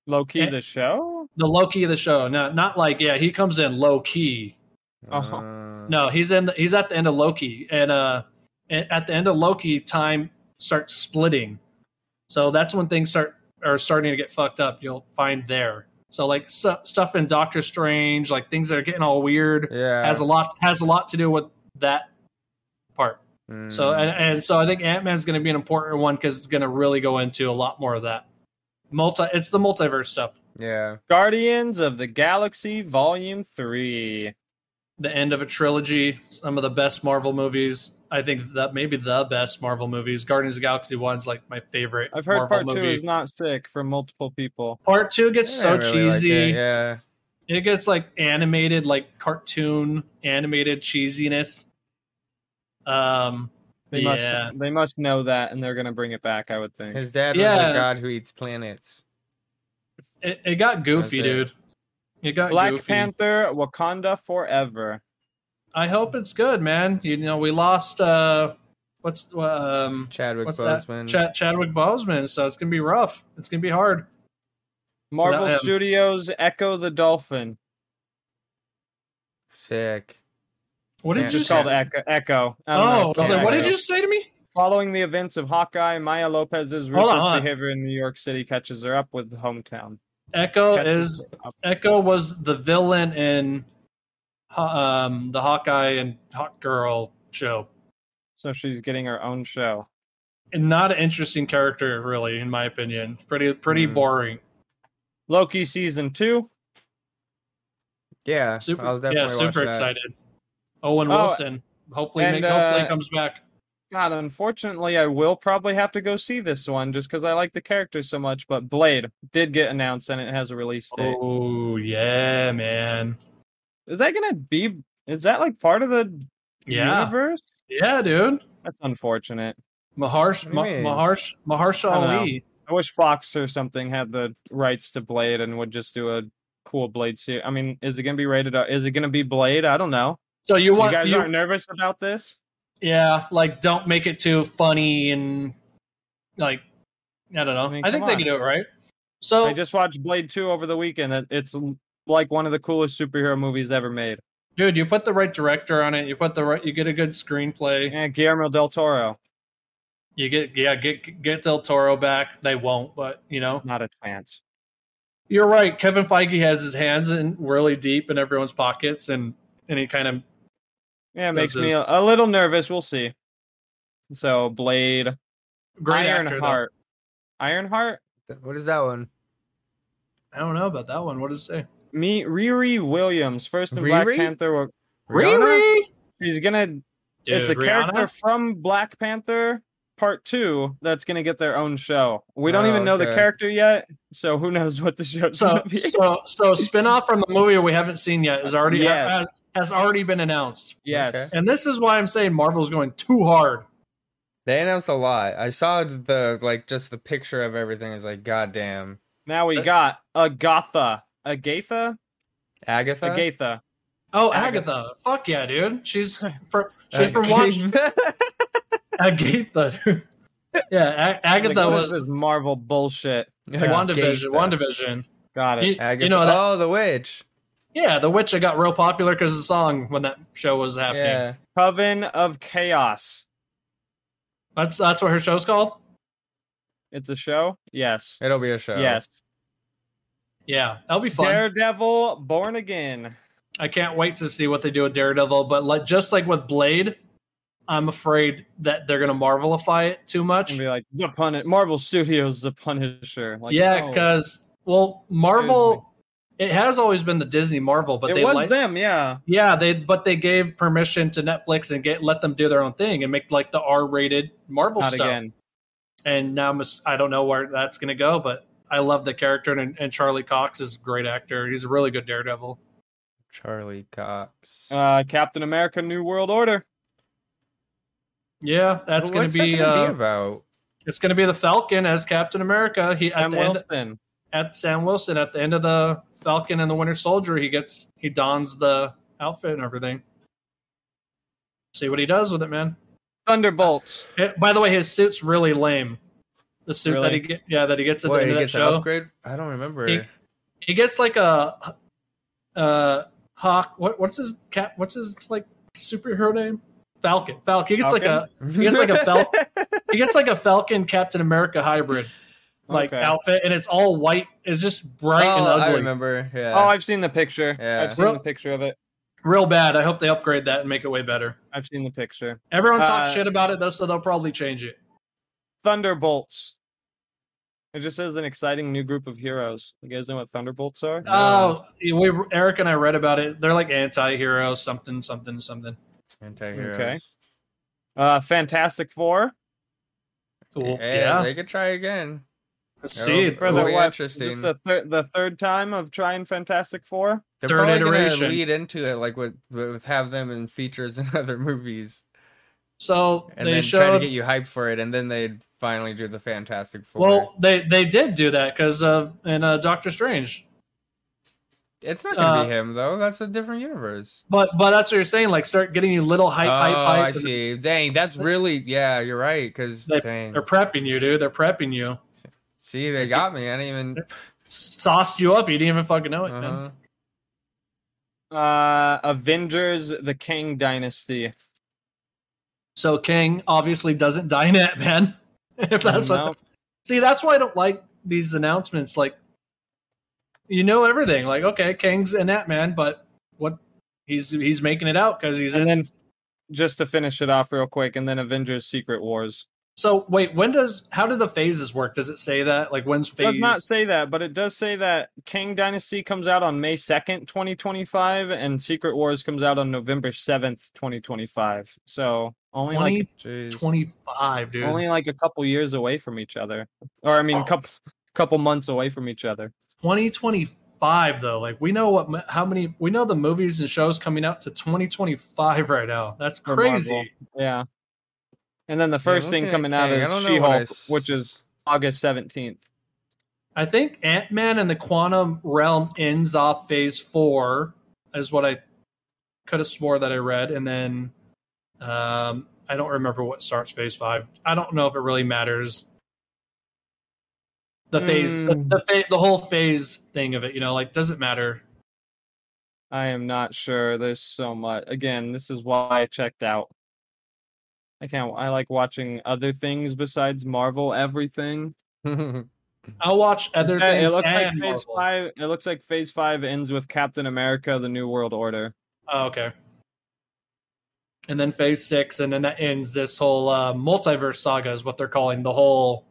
D: Loki
C: Ant-
D: the show.
C: the Loki of the show. Not not like yeah, he comes in low key.
D: Uh-huh.
E: Uh,
C: No, he's in the, he's at the end of Loki, and uh, a- at the end of Loki, time starts splitting. So that's when things start are starting to get fucked up. You'll find there. So like stu stuff in Doctor Strange, like things that are getting all weird,
E: Yeah.
C: has a lot has a lot to do with that part.
E: Mm.
C: So and, and so I think Ant Man's going to be an important one because it's going to really go into a lot more of that multi. It's the multiverse stuff.
E: yeah.
D: Guardians of the Galaxy Volume Three.
C: the end of a trilogy, some of the best Marvel movies. I think that maybe the best Marvel movies. Guardians of the Galaxy One's like my favorite.
D: I've heard
C: Marvel
D: part two
C: movie.
D: is not sick for multiple people.
C: Part two
E: I
C: gets so
E: didn't really like it,
C: cheesy.
E: yeah.
C: It gets like animated, like cartoon animated cheesiness. Um,
D: They
C: Yeah.
D: must they must know that and they're gonna bring it back, I would think.
E: His dad was
C: Yeah.
E: the god who eats planets.
C: it, it got goofy,
E: That's it.
C: dude. It got
D: Black
C: goofy.
D: Panther, Wakanda Forever.
C: I hope it's good, man. You know, we lost uh, what's um,
E: Chadwick
C: what's
E: Boseman.
C: that? Chad, Chadwick Boseman. So it's gonna be rough. It's gonna be hard.
D: Marvel
C: him.
D: Studios Echo the Dolphin.
E: Sick.
C: What
E: Yeah,
C: did
D: It's
C: you
D: just
E: just
C: say?
D: called Echo. Echo. I don't know,
C: Oh,
D: it's
C: I was
D: called
C: like, what
D: Echo.
C: did you say to me?
D: Following the events of Hawkeye, Maya Lopez's
C: Hold on,
D: ruthless
C: hold on.
D: behavior in New York City catches her up with hometown.
C: Echo
D: Catches
C: is
D: her up.
C: Echo was the villain in Ha- um, the Hawkeye and Hawk Girl show,
D: so she's getting her own show.
C: and not an interesting character, really, in my opinion. Pretty, pretty
E: Hmm.
C: boring.
D: Loki season two.
E: Yeah.
C: Super,
E: I'll definitely
C: yeah, super
E: watch that.
C: excited. Owen
D: Oh,
C: Wilson, hopefully,
D: and,
C: make, hopefully
D: uh,
C: comes back.
D: God, unfortunately, I will probably have to go see this one just because I like the character so much. But Blade did get announced and it has a release date.
C: Oh yeah, man.
D: Is that gonna be? Is that like part of the
C: Yeah,
D: universe?
C: yeah, dude.
D: That's unfortunate.
C: Maharsh,
E: What do you
C: Ma-
E: mean?
C: Maharsh, Maharsh
D: I don't
C: Ali.
D: I wish Fox or something had the rights to Blade and would just do a cool Blade series. I mean, is it gonna be rated? R? Is it gonna be Blade? I don't know.
C: So you
D: You,
C: want
D: guys
C: you-
D: aren't nervous about this?
C: Yeah, like don't make it too funny and like I don't know. I,
D: I mean,
C: think
D: come
C: they
D: on.
C: can do it right. So
D: I just watched Blade Two over the weekend. and It's l- like one of the coolest superhero movies ever made.
C: dude, you put the right director on it. You put the right. You get a good screenplay.
D: And Eh, Guillermo del Toro,
C: You get yeah get get Del Toro back. They won't, but you know
D: not a chance.
C: you're right. Kevin Feige has his hands in really deep in everyone's pockets and any kind of
D: Yeah, it
C: This
D: makes me
C: is-
D: a, a little nervous. We'll see. So Blade,
C: great actor. though.
D: Ironheart, Ironheart.
E: What is that one?
C: I don't know about that one. What does it say?
D: Me, Riri Williams, first in Black
E: Riri?
D: Panther. We're-
E: Rihanna?
D: He's gonna. it's a
C: Dude,
D: character
C: Rihanna?
D: from Black Panther Part Two that's gonna get their own show. We don't
E: Oh,
D: even know the
E: okay.
D: character yet, so who knows what the show's
C: So
D: gonna be?
C: so so spin off from the movie we haven't seen yet is already
D: Yes.
C: has, has already been announced.
D: yes,
E: okay.
C: And this is why I'm saying Marvel's going too hard.
E: They announced a lot. I saw the like just the picture of everything. It's like, goddamn,
D: now we
C: That-
D: got Agatha, Agatha,
E: Agatha.
D: Agatha.
C: Oh,
E: Agatha.
C: Agatha. Fuck yeah, dude. She's from she's from
E: Ag-
C: Watch Agatha. dude. yeah, A-
D: Like,
C: Agatha
D: what
C: was
D: is this Marvel bullshit.
E: Agatha.
C: WandaVision. WandaVision.
D: Got it.
C: You,
E: Agatha.
C: you know that?
E: Oh, the witch.
C: Yeah, The Witch. It got real popular because of the song when that show was happening.
E: Yeah.
D: Coven of Chaos.
C: That's that's what her show's called.
D: It's a show. Yes.
E: It'll be a show.
D: Yes.
C: Yeah, that'll be fun.
D: Daredevil, Born Again.
C: I can't wait to see what they do with Daredevil. But like, just like with Blade, I'm afraid that they're gonna Marvelify it too much.
D: And be like the Punisher. Marvel Studios, the Punisher. Like,
C: yeah,
D: no.
C: because well, Marvel, it has always been the Disney Marvel, but
D: it
C: they
D: was
C: like
D: them. Yeah,
C: yeah they but they gave permission to Netflix and get let them do their own thing and make like the R-rated Marvel
D: not
C: stuff.
D: again.
C: And now I'm, as- I don't know where that's gonna go, but I love the character and, and Charlie Cox is a great actor. He's a really good Daredevil.
E: Charlie Cox.
D: Uh, Captain America: New World Order.
C: Yeah, that's
E: But
C: gonna
E: what's
C: be
E: that gonna
C: uh,
E: be about.
C: it's gonna be the Falcon as Captain America. He at
D: Sam
C: the end,
D: Wilson.
C: at Sam Wilson at the end of the Falcon and the Winter Soldier, he gets he dons the outfit and everything. See what he does with it, man.
D: Thunderbolts.
C: It- by the way, his suit's really lame. The suit
D: Really?
C: that he get, yeah that he gets at
E: Wait,
C: the end
E: he
C: of that
E: gets an
C: show.
E: upgrade. I don't remember.
C: He- He gets like a uh hawk. What what's his cat? What's his like superhero name? Falcon. Falcon. He gets like a
D: Falcon?
C: he gets like a fal- he gets like a Falcon Captain America hybrid like
D: Okay.
C: outfit, and it's all white. It's just bright
E: oh,
C: and
E: I
C: ugly.
E: remember. Yeah.
D: Oh, I've seen the picture.
E: Yeah.
D: I've seen
C: Real-
D: the picture of it.
C: real bad. I hope they upgrade that and make it way better.
D: I've seen the picture.
C: Everyone talks
D: Uh,
C: shit about it though, so they'll probably change it.
D: Thunderbolts. It just says an exciting new group of heroes. You guys know what Thunderbolts are?
E: No.
C: Oh, we Eric and I read about it. They're like anti-hero something something something.
E: Anti-heroes.
D: Okay. Uh, Fantastic Four.
C: Cool.
E: Hey,
C: yeah.
E: They could try again.
C: Let's see.
E: That'll
D: Brother,
E: be
D: what- Is this
E: interesting.
D: the, thir- the third time of trying Fantastic Four?
E: They're
C: Third
E: probably
C: iteration.
E: gonna lead into it, like with with have them in features in other movies,
C: So
E: and
C: they
E: then try to
C: showed
E: get you hyped for it, and then they'd finally do the Fantastic Four.
C: well they they did do that because uh in uh, Doctor Strange.
E: it's not gonna
C: uh,
E: be him though. That's a different universe.
C: But but that's what you're saying, like start getting you little hype,
E: oh,
C: hype, hype.
E: I
C: and
E: see. Dang, that's really yeah. You're right. Because
C: They-
E: dang,
C: They're prepping you, dude. They're prepping you.
E: see, they got me. I didn't even.
C: Sauced you up. You didn't even fucking know it, man.
E: Uh-huh.
D: Uh, Avengers: The Kang Dynasty.
C: So King obviously doesn't dine at man. if that's
D: No.
C: what see, that's why I don't like these announcements. Like you know everything. Like, okay, Kang's an at man, but what he's he's making it out because he's in
D: and then just to finish it off real quick, and then Avengers: Secret Wars.
C: So wait, when does how do the phases work? Does it say that? Like when's
D: It Does
C: phase
D: not say that, but it does say that Kang Dynasty comes out on May second, twenty twenty five, and Secret Wars comes out on November seventh, twenty twenty five. So only like
E: Jeez.
C: 2025, dude?
D: only like a couple years away from each other, or I mean,
C: Oh.
D: couple couple months away from each other.
C: 2025 though. Like we know what mo- how many we know the movies and shows coming out to 2025 right now. That's
D: For Marvel.
C: crazy.
D: Yeah. And then the first
E: Yeah,
D: thing
E: okay,
D: coming out
E: Kang. I
D: is
E: don't know
D: She
E: what I
D: Hulk,
E: s-
D: which is August 17th.
C: I think Ant Man and the Quantum Realm ends off Phase Four, is what I could have swore that I read, and then um, I don't remember what starts Phase Five. I don't know if it really matters. The phase, the,
D: Hmm.
C: the, fa- the whole phase thing of it, you know, like doesn't matter.
D: I am not sure. There's so much. Again, this is why I checked out. I can't. I like watching other things besides Marvel. Everything.
C: I'll watch other
D: It said-
C: things.
D: it looks like
C: and
D: Phase
C: Marvel.
D: Five. It looks like Phase Five ends with Captain America: The New World Order.
C: Oh, okay. And then Phase Six, and then that ends this whole uh, multiverse saga, is what they're calling the whole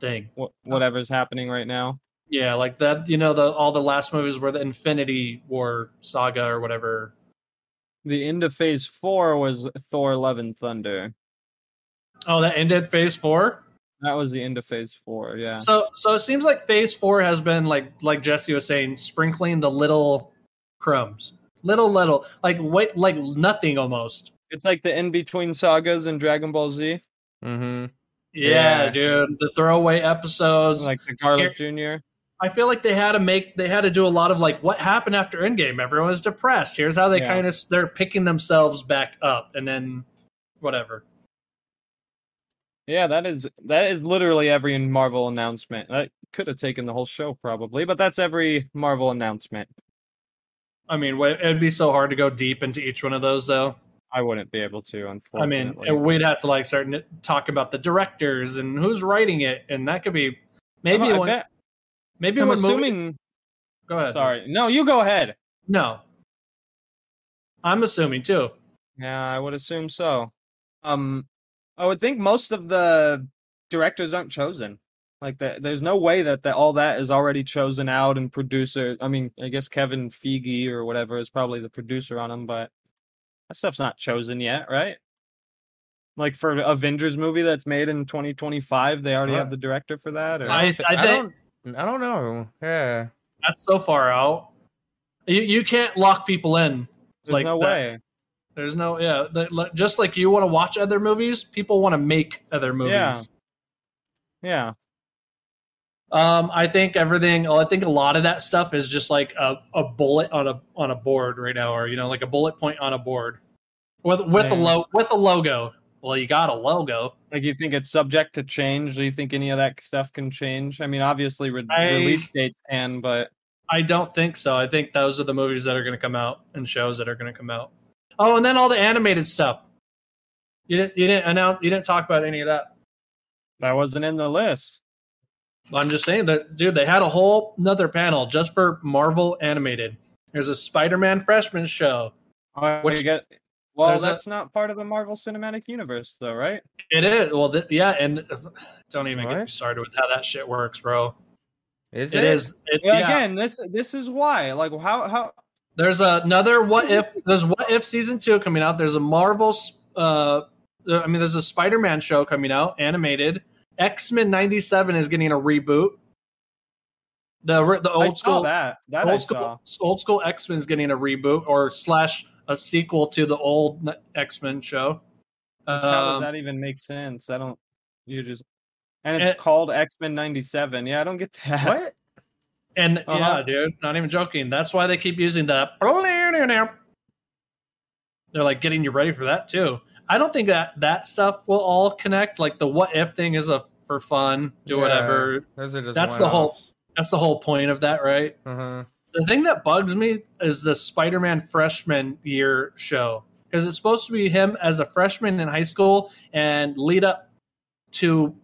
C: thing.
D: Wh- whatever's happening right now.
C: Yeah, like that. You know, the all the last movies were the Infinity War saga or whatever.
D: The end of Phase Four was Thor: Love and Thunder.
C: Oh, that ended Phase Four.
D: That was the end of Phase Four. Yeah.
C: So, so it seems like Phase Four has been like, like Jesse was saying, sprinkling the little crumbs, little little, like wait, like nothing almost.
D: It's like the in between sagas in Dragon Ball Z,
E: hmm
C: Yeah,
E: Yeah.
C: dude, the throwaway episodes.
D: like the Garlic Junior.
C: I feel like they had to make they had to do a lot of like what happened after Endgame. Everyone was depressed. Here's how they
D: Yeah.
C: kind of they're picking themselves back up, and then whatever.
D: Yeah, that is that is literally every Marvel announcement. That could have taken the whole show probably, but that's every Marvel announcement.
C: I mean, wa- it'd be so hard to go deep into each one of those, though.
D: I wouldn't be able to,
C: I mean,
D: unfortunately.
C: and we'd have to like start n- talking about the directors and who's writing it, and that could be maybe
D: I'm, I
C: one.
D: bet-
C: maybe
D: I'm
C: one movie.
D: assuming.
C: Go ahead.
D: Sorry, no, you go ahead.
C: No, I'm assuming too.
D: Yeah, I would assume so. Um, I would think most of the directors aren't chosen. Like that, there's no way that that all that is already chosen out and producer. I mean, I guess Kevin Feige or whatever is probably the producer on them, but that stuff's not chosen yet, right? Like for Avengers movie that's made in 2025, they already
E: Huh?
D: have the director for that. Or
C: I-
E: don't thi-
C: I think-
E: don't. I don't know. Yeah.
C: That's so far out. You you can't lock people in.
D: there's
C: like
D: no
C: that-
D: way.
C: There's no yeah. the- le- just like you want to watch other movies, people want to make other movies.
D: Yeah. Yeah,
C: Um, I think everything. I think a lot of that stuff is just like a, a bullet on a on a board right now, or you know, like a bullet point on a board with with a
D: Yeah.
C: lo- with a logo. Well, you got a logo.
D: like you think it's subject to change? Do you think any of that stuff can change? I mean, obviously re-
C: I-
D: release date can, but
C: I don't think so. I think those are the movies that are going to come out and shows that are going to come out. Oh, and then all the animated stuff. You didn't you didn't announce you didn't talk about any of that.
D: That wasn't in the list.
C: I'm just saying that, dude. They had a whole another panel just for Marvel animated. There's a Spider-Man freshman show. Which-
D: Which you get? Well,
C: there's a-
D: that's not part of the Marvel Cinematic Universe, though, right?
C: It is well, th- yeah, and don't even get me
D: What?
C: started with how that shit works, bro.
E: Is
C: it is. It, yeah,
D: Yeah, Again, this this is why. Like, how how
C: there's another what if. There's what if season two coming out. There's a Marvel. Uh, I mean, there's a Spider-Man show coming out, animated. X Men '97 is getting a reboot. The the
D: I
C: old
D: saw
C: school
D: that. That I
C: old
D: saw.
C: school, old school X Men is getting a reboot or slash a sequel to the old X Men show.
D: How does
C: Um,
D: that even make sense? I don't. You just and it's
C: Eh.
D: called X Men '97. Yeah, I don't get that.
E: What?
C: and yeah,
D: Uh-huh.
C: dude, not even joking. That's why they keep using that. They're like getting you ready for that too. I don't think that that stuff will all connect. Like the what if thing is a for fun, do
E: Yeah.
C: whatever.
E: Those are just
C: That's the whole- That's the whole point of that, right?
E: Uh huh.
C: The thing that bugs me is the Spider-Man freshman year show because it's supposed to be him as a freshman in high school and lead up to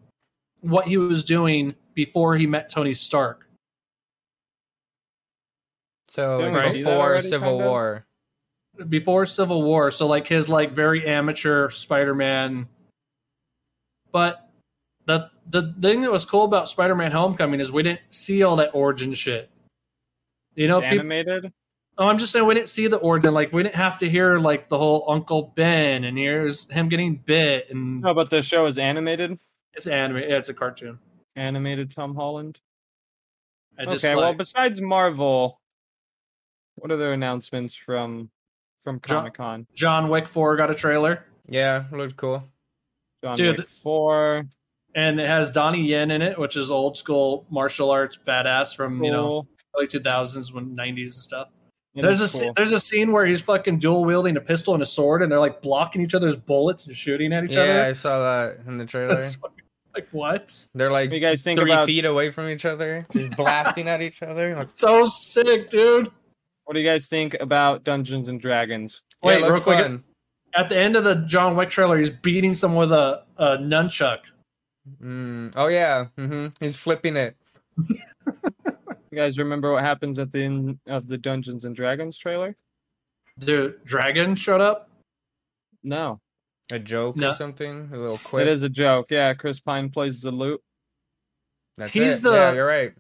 C: what he was doing before he met Tony Stark.
E: So
D: Didn't
E: like,
D: we see that
E: before
D: already,
E: Civil
D: kind of?
E: War.
C: before Civil War, so like his like very amateur Spider-Man. But the the thing that was cool about Spider-Man Homecoming is we didn't see all that origin shit. You know,
D: It's
C: people,
D: animated.
C: oh, I'm just saying we didn't see the origin. Like we didn't have to hear like the whole Uncle Ben and here's him getting bit and
D: No, but the show is animated.
C: it's anime. Yeah, it's a cartoon.
D: Animated Tom Holland.
C: I
D: Okay,
C: just
D: well,
C: like,
D: besides Marvel, what other announcements from from
C: John-
D: Comic Con?
C: John Wick Four got a trailer
E: Yeah, looked cool.
D: John
C: Dude,
D: Wick Four.
C: and it has Donnie Yen in it, which is old school martial arts badass from you know
D: cool,
C: early 2000s when 90s and stuff.
D: it
C: There's a
D: is
C: sce-
D: cool.
C: there's a scene where he's fucking dual wielding a pistol and a sword, and they're like blocking each other's bullets and shooting at each
E: Yeah, I
C: other.
E: saw that in the trailer.
C: That's fucking- like what?
E: They're like
D: What do you guys think
E: three
D: about
E: feet away from each other, just blasting at each other. Like,
C: So sick, dude.
D: what do you guys think about Dungeons and Dragons?
E: yeah,
C: Wait,
E: it looks
C: real quick.
E: fun.
C: At the end of the John Wick trailer, he's beating someone with a, a nunchuck.
E: Mm, oh yeah, hmm he's flipping it.
D: You guys remember what happens at the end of the Dungeons and Dragons trailer?
C: Dude, dragon showed up.
D: No,
E: A joke
C: No.
E: or something, a little
D: it
E: quip.
D: is a joke. Yeah, Chris Pine plays the lute.
E: That's
C: He's
E: it.
C: the-
E: Yeah, you're right.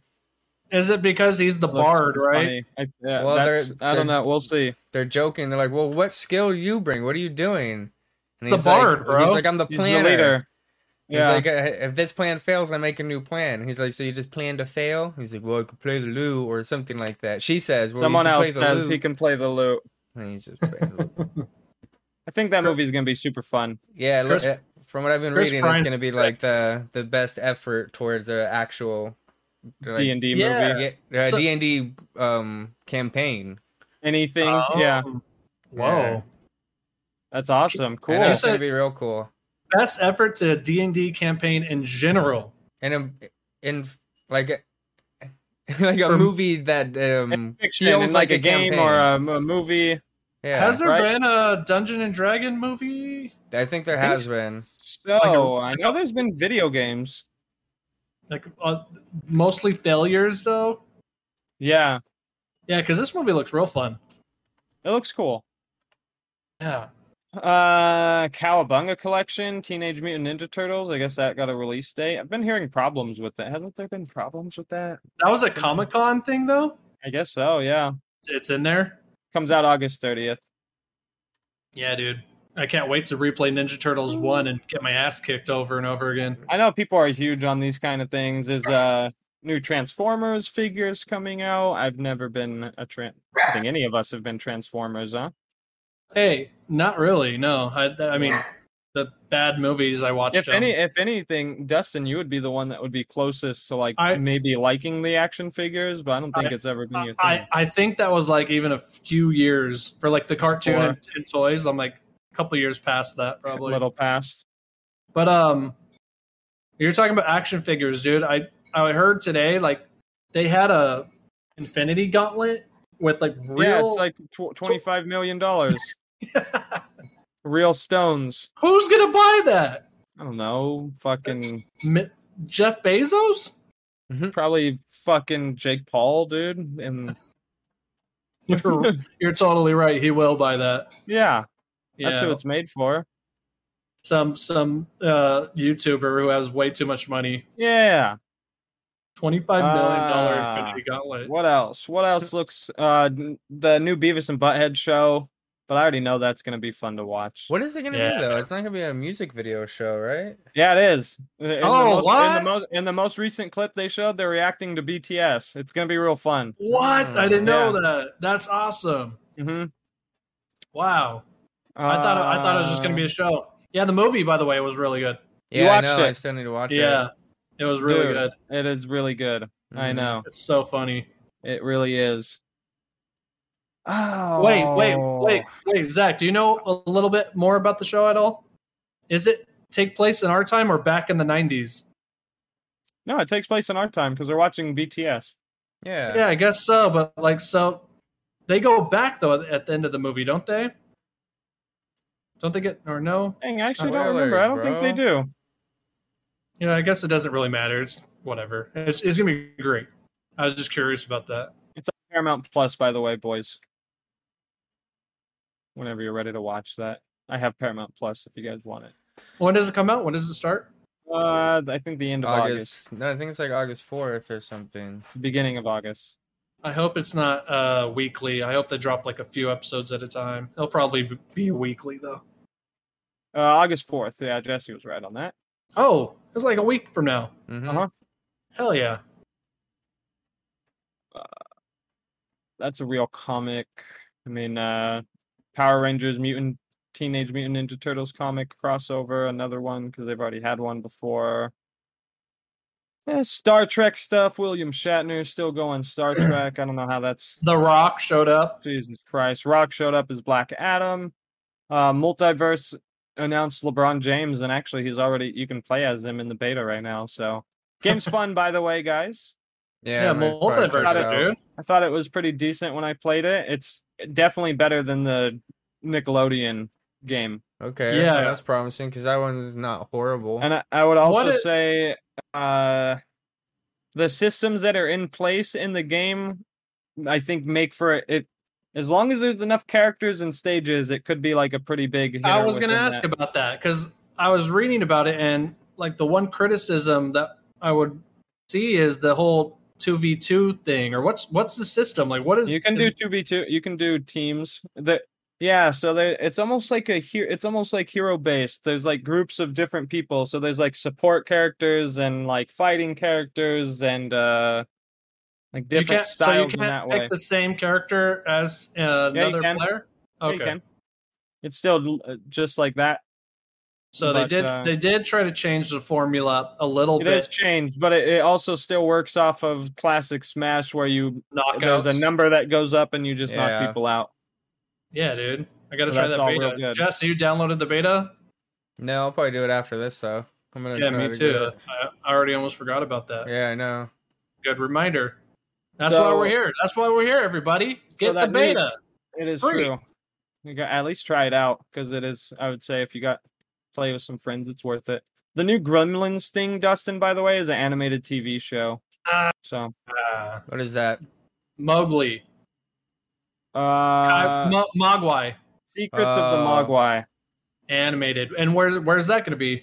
C: Is it because he's the
D: Looks
C: bard, right?
D: funny. I, yeah,
E: Well, they're-
D: that's, I don't
E: they're-
D: know. We'll see.
E: They're joking. They're like, "Well, what skill you bring? What are you doing?" And
C: The
E: he's
C: bard,
E: like,
C: bro.
E: He's like, "I'm the
D: He's
E: planner."
D: the leader. Yeah,
E: He's like, "Uh, if this plan fails, I make a new plan. He's like, so you just plan to fail? He's like, well, I could play the loo or something like that. She says, well,
D: someone
E: you can
D: else
E: play the
D: says
E: loo.
D: he can play the lute.
E: And he's just playing the loo.
D: I think that movie's gonna be super fun.
E: yeah. look,
C: Chris-
E: uh, from what I've been
C: Chris
E: reading,
C: Prine's-
E: it's gonna be like the the best effort towards the actual like,
D: D and D movie.
C: Yeah.
E: yeah, uh,
C: So-
E: D and D um campaign.
D: Anything? Yeah,
C: Oh. Whoa.
E: Yeah.
D: that's awesome.
E: Cool.
D: Cool.
E: And it's
C: said-
E: gonna be real cool.
C: Best effort to D&D campaign in general.
E: And um, in like a, like a
C: From-
E: movie that um
D: Fiction
E: feels
D: in like, a, game
E: campaign.
D: or a, a movie.
E: yeah.
C: Has there
D: right.
C: been a Dungeon and Dragon movie?
E: I think there
D: I think
E: has been.
D: So I know there's been video games.
C: Like uh, mostly failures though.
D: Yeah,
C: Yeah, because this movie looks real fun.
D: it looks cool.
C: Yeah.
D: Uh, Cowabunga Collection, Teenage Mutant Ninja Turtles. I guess that got a release date. I've been hearing problems with that. Haven't there been problems with that?
C: That was a Comic Con thing, though.
D: I guess so. Yeah,
C: It's in there.
D: comes out August thirtieth.
C: Yeah, dude. I can't wait to replay Ninja Turtles one and get my ass kicked over and over again.
D: I know people are huge on these kind of things. There's uh new Transformers figures coming out. I've never been a tran. I think any of us have been Transformers, huh?
C: Hey, not really. No, I, I mean the bad movies I watched.
D: If
C: um,
D: any, if anything, Dustin, you would be the one that would be closest to like
C: I-
D: maybe liking the action figures, but I don't think
C: I-
D: it's ever been your
C: I,
D: thing.
C: I I think that was like even a few years for like the cartoon
D: Or-
C: and, and toys. I'm like a couple years past that
D: a
C: probably.
D: little past.
C: But um, you're talking about action figures, dude. I I heard today like they had a Infinity Gauntlet with like real.
D: Yeah, it's like tw- twenty-five million dollars. Real stones.
C: Who's gonna buy that?
D: I don't know. Fucking
C: Mi- Jeff Bezos?
D: probably fucking Jake Paul, dude. And
C: You're, you're totally right. He will buy that.
D: yeah,
C: Yeah.
D: that's what it's made for.
C: some some uh, YouTuber who has way too much money.
D: Yeah.
C: Twenty five million dollar
D: Ah.
C: Infinity Gauntlet.
D: What else? What else looks uh n- the new Beavis and Butthead show But I already know that's gonna be fun to watch.
E: What is it gonna
C: Yeah.
E: be though? It's not gonna be a music video show, right?
D: Yeah, it is. In the
C: Oh,
D: most, In the
C: what?
D: most in the most recent clip they showed, they're reacting to BTS. It's gonna be real fun.
C: What? I didn't know
D: Yeah.
C: that. That's awesome.
D: Mm-hmm.
C: Wow. I thought I thought it was just gonna be
D: Ah.
C: a show. Yeah, the movie, by the way, was really good.
D: You
E: Yeah, I
D: watched
E: know. I
D: it.
E: still need to watch it.
C: Yeah, it was really
D: Uh, Dude,
C: good. Mm-hmm.
D: It is really good. I
E: Mhm.
D: know
C: It's so funny.
D: it really is. Oh
C: Wait, wait, wait, wait, Zach. Do you know a little bit more about the show at all? Is it take place in our time or back in the nineties?
D: No, it takes place in our time because they're watching BTS.
E: Yeah.
C: Yeah, I guess so. But like, so they go back though at the end of the movie, don't they? Don't they get or no?
D: Dang, I actually don't remember.
E: Spoilers,
D: I don't think they do.
C: Yeah, I guess it doesn't really matter. It's whatever. It's, it's gonna be great. I was just curious about that.
D: Paramount Plus, by the way, boys. Whenever you're ready to watch that, I have Paramount Plus if you guys want it.
C: When does it come out? When does it start?
D: Uh, I think the end of August,
E: August. No, I think it's like August fourth or something.
D: beginning of August.
C: I hope it's not uh, weekly. I hope they drop like a few episodes at a time. It'll probably b- be weekly though.
D: Uh, August 4th. Yeah, Jesse was right on that.
C: Oh, it's like a week from now.
E: Mhm.
D: Uh-huh.
C: Hell yeah.
D: That's a real comic. I mean, uh, Power Rangers, Mutant, Teenage Mutant Ninja Turtles comic crossover, another one because they've already had one before. Eh, Star Trek stuff. William Shatner is still going Star Trek. I don't know how that's
C: The Rock showed up.
D: Jesus Christ. Rock showed up as Black Adam. Uh, Multiverse announced LeBron James, and actually, he's already, you can play as him in the beta right now. So, game's fun, by the way, guys.
E: Yeah.
C: Yeah,
E: I'm gonna probably check it out.
C: multiverse, dude.
D: I thought it was pretty decent when I played it. It's definitely better than the Nickelodeon game.
E: Okay.
C: Yeah.
E: Yeah, that's promising because that one's not horrible.
D: And I, I would also
C: What it-
D: say uh, the systems that are in place in the game, I think, make for it. as long as there's enough characters and stages, it could be like a pretty big.
C: I
D: hitter
C: was going to
D: within
C: ask
D: that.
C: about that because I was reading about it, and like the one criticism that I would see is the whole two v two thing, or what's what's the system like? What is
D: you can
C: is-
D: do two v two. You can do teams. That yeah. So they, it's almost like a hero. It's almost like hero based. There's like groups of different people. So there's like support characters and like fighting characters and uh like
C: you
D: different
C: can't-
D: styles
C: so you can't
D: in that
C: pick
D: way.
C: the same character as uh,
D: Yeah, you
C: another
D: can.
C: player.
D: Yeah, you
C: Okay,
D: can. It's still uh, just like that.
C: so they
D: But,
C: did
D: uh,
C: they did try to change the formula a little
D: It
C: bit.
D: has changed, but it, it also still works off of classic Smash, where you
C: knockouts.
D: there's a number that goes up and you just
E: Yeah.
D: knock people out.
C: yeah, dude, I got to
D: So
C: try
D: that's
C: that
D: all real
C: beta.
D: good.
C: Jess, you downloaded the beta?
E: No, I'll probably do it after this though. I'm gonna
C: Yeah,
E: try
C: me
E: to get
C: too.
E: it.
C: I, I already almost forgot about that.
E: Yeah, I know.
C: Good reminder. That's
D: So-
C: why we're here. That's why we're here, everybody. Get the
D: that means-
C: beta.
D: It is
C: Free.
D: true. You got at least try it out because it is. I would say if you got play with some friends, it's worth it. The new Gremlins thing, Dustin, by the way, is an animated TV show.
C: Ah.
D: So,
C: Ah,
E: What is that?
C: Mowgli.
D: uh,
C: I- Mo- Mogwai.
D: Secrets of the
E: Uh,
D: Mogwai.
C: Animated. And where where's that going to be?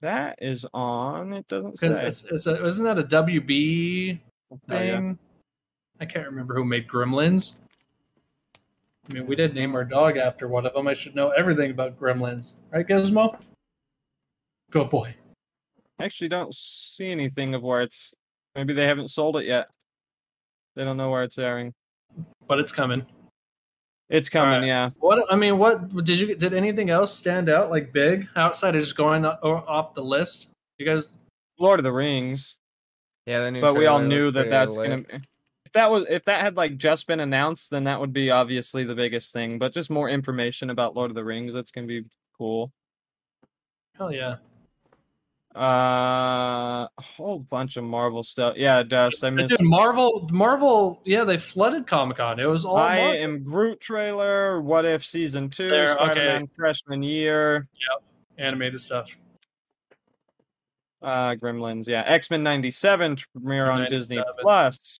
D: That is on. It doesn't say.
C: Because it's, it's a, isn't that a WB
D: Oh,
C: thing?
D: yeah.
C: I can't remember who made Gremlins. I mean, we did name our dog after one of them. I should know everything about Gremlins, right, Gizmo? Good boy.
D: I actually don't see anything of where it's. Maybe they haven't sold it yet. They don't know where it's airing.
C: But it's coming.
D: It's coming,
C: Alright.
D: yeah.
C: What I mean, what did you did anything else stand out like big outside of just going o- off the list? You guys
D: Lord of the Rings.
E: Yeah, the new
D: but we all
E: trailer
D: knew
E: looked
D: that
E: pretty
D: that's
E: lit.
D: gonna. If that was if that had like just been announced, then that would be obviously the biggest thing. But just more information about Lord of the Rings, that's gonna be cool.
C: Hell yeah.
D: Uh, a whole bunch of Marvel stuff. Yeah, Dust. I missed.
C: Dude, Marvel, Marvel, yeah, they flooded Comic Con. It was all
D: I
C: Marvel.
D: am Groot trailer. What if season two?
C: There, okay.
D: Spider-Man freshman year.
C: animated stuff.
D: Uh, Gremlins. Yeah, X Men '97 premiere on Disney
C: 97.
D: Plus.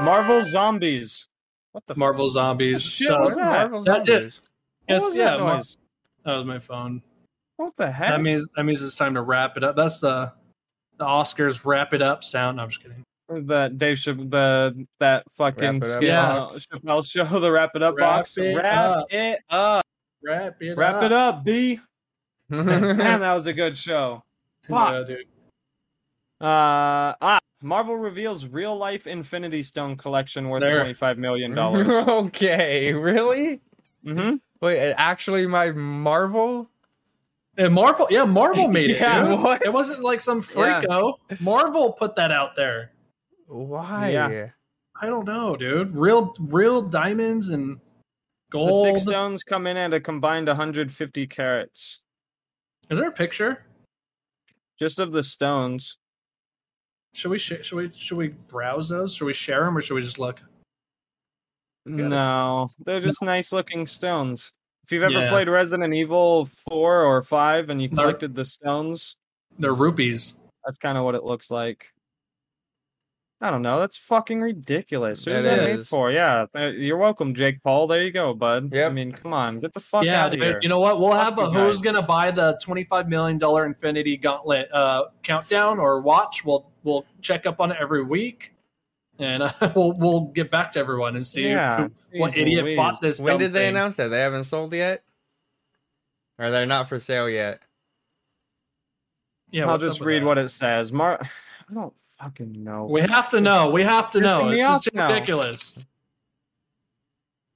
D: Marvel Zombies. What the? F-
C: Marvel Zombies.
D: Shit,
C: so
D: what
E: Where's
D: that?
E: Marvel
C: That's it.
E: Zombies?
D: what
C: Yes,
D: was
C: yeah,
D: that
C: Mar-
D: noise?
C: that was my phone.
D: What the heck?
C: That means that means it's time to wrap it up. That's the the Oscars wrap it up sound. No, I'm just kidding.
D: that Dave Ch- the that fucking
E: Wrap
D: skit
E: it up
D: on
C: box.
D: Chappelle show, the wrap it up
C: Wrap
D: box.
C: it
D: wrap
C: up.
D: it up.
C: Wrap it
D: Wrap
C: up.
D: it up, B. Man,
E: yeah,
D: that was a good show. Fuck.
C: Yeah, dude.
D: Uh, ah, Marvel reveals real life Infinity Stone collection worth
C: There.
D: twenty five million dollars.
E: okay, really?
D: mm-hmm.
E: Wait, it actually, my Marvel.
C: And Marvel, yeah, Marvel made it.
D: Yeah,
C: dude.
E: what?
C: It wasn't like some freako. Marvel put that out there.
E: Why?
D: Yeah.
C: I don't know, dude. Real, real diamonds and
D: The
C: gold.
D: six stones come in at a combined one hundred fifty carats,
C: Is there a picture?
D: just of the stones.
C: Should we sh- should we should we browse those? Should we share them or should we just look? Yes.
D: No, they're just nice looking stones. If you've ever
C: Yeah.
D: played Resident Evil four or five and you
C: They're-
D: collected the stones,
C: They're rupees.
D: that's kind of what it looks like. I don't know. That's fucking ridiculous. Who's
E: That
D: that made
E: is.
D: for? Yeah, th- you're welcome, Jake Paul. There you go, bud. Yeah. I
E: Yep.
D: mean, come on, get the fuck
C: yeah,
D: out of
C: dude.
D: here.
C: You know what? We'll have a
D: Fuck you
C: who's gonna buy the twenty five million dollar Infinity Gauntlet uh, countdown or watch. We'll we'll check up on it every week, and uh, we'll we'll get back to everyone and see
D: Yeah,
C: who, what
D: geez
C: idiot
D: Louise.
C: bought this.
E: When
C: dumb
E: did they
C: thing.
E: announce that? They haven't sold yet? Or they're not for sale yet?
C: Yeah,
D: I'll
C: what's
D: just
C: up with
D: read
C: that?
D: what it says. Mar, I don't fucking know.
C: We have to know. We have to
D: Pissing
C: know.
D: me
C: This is
D: off
C: just
D: now.
C: ridiculous.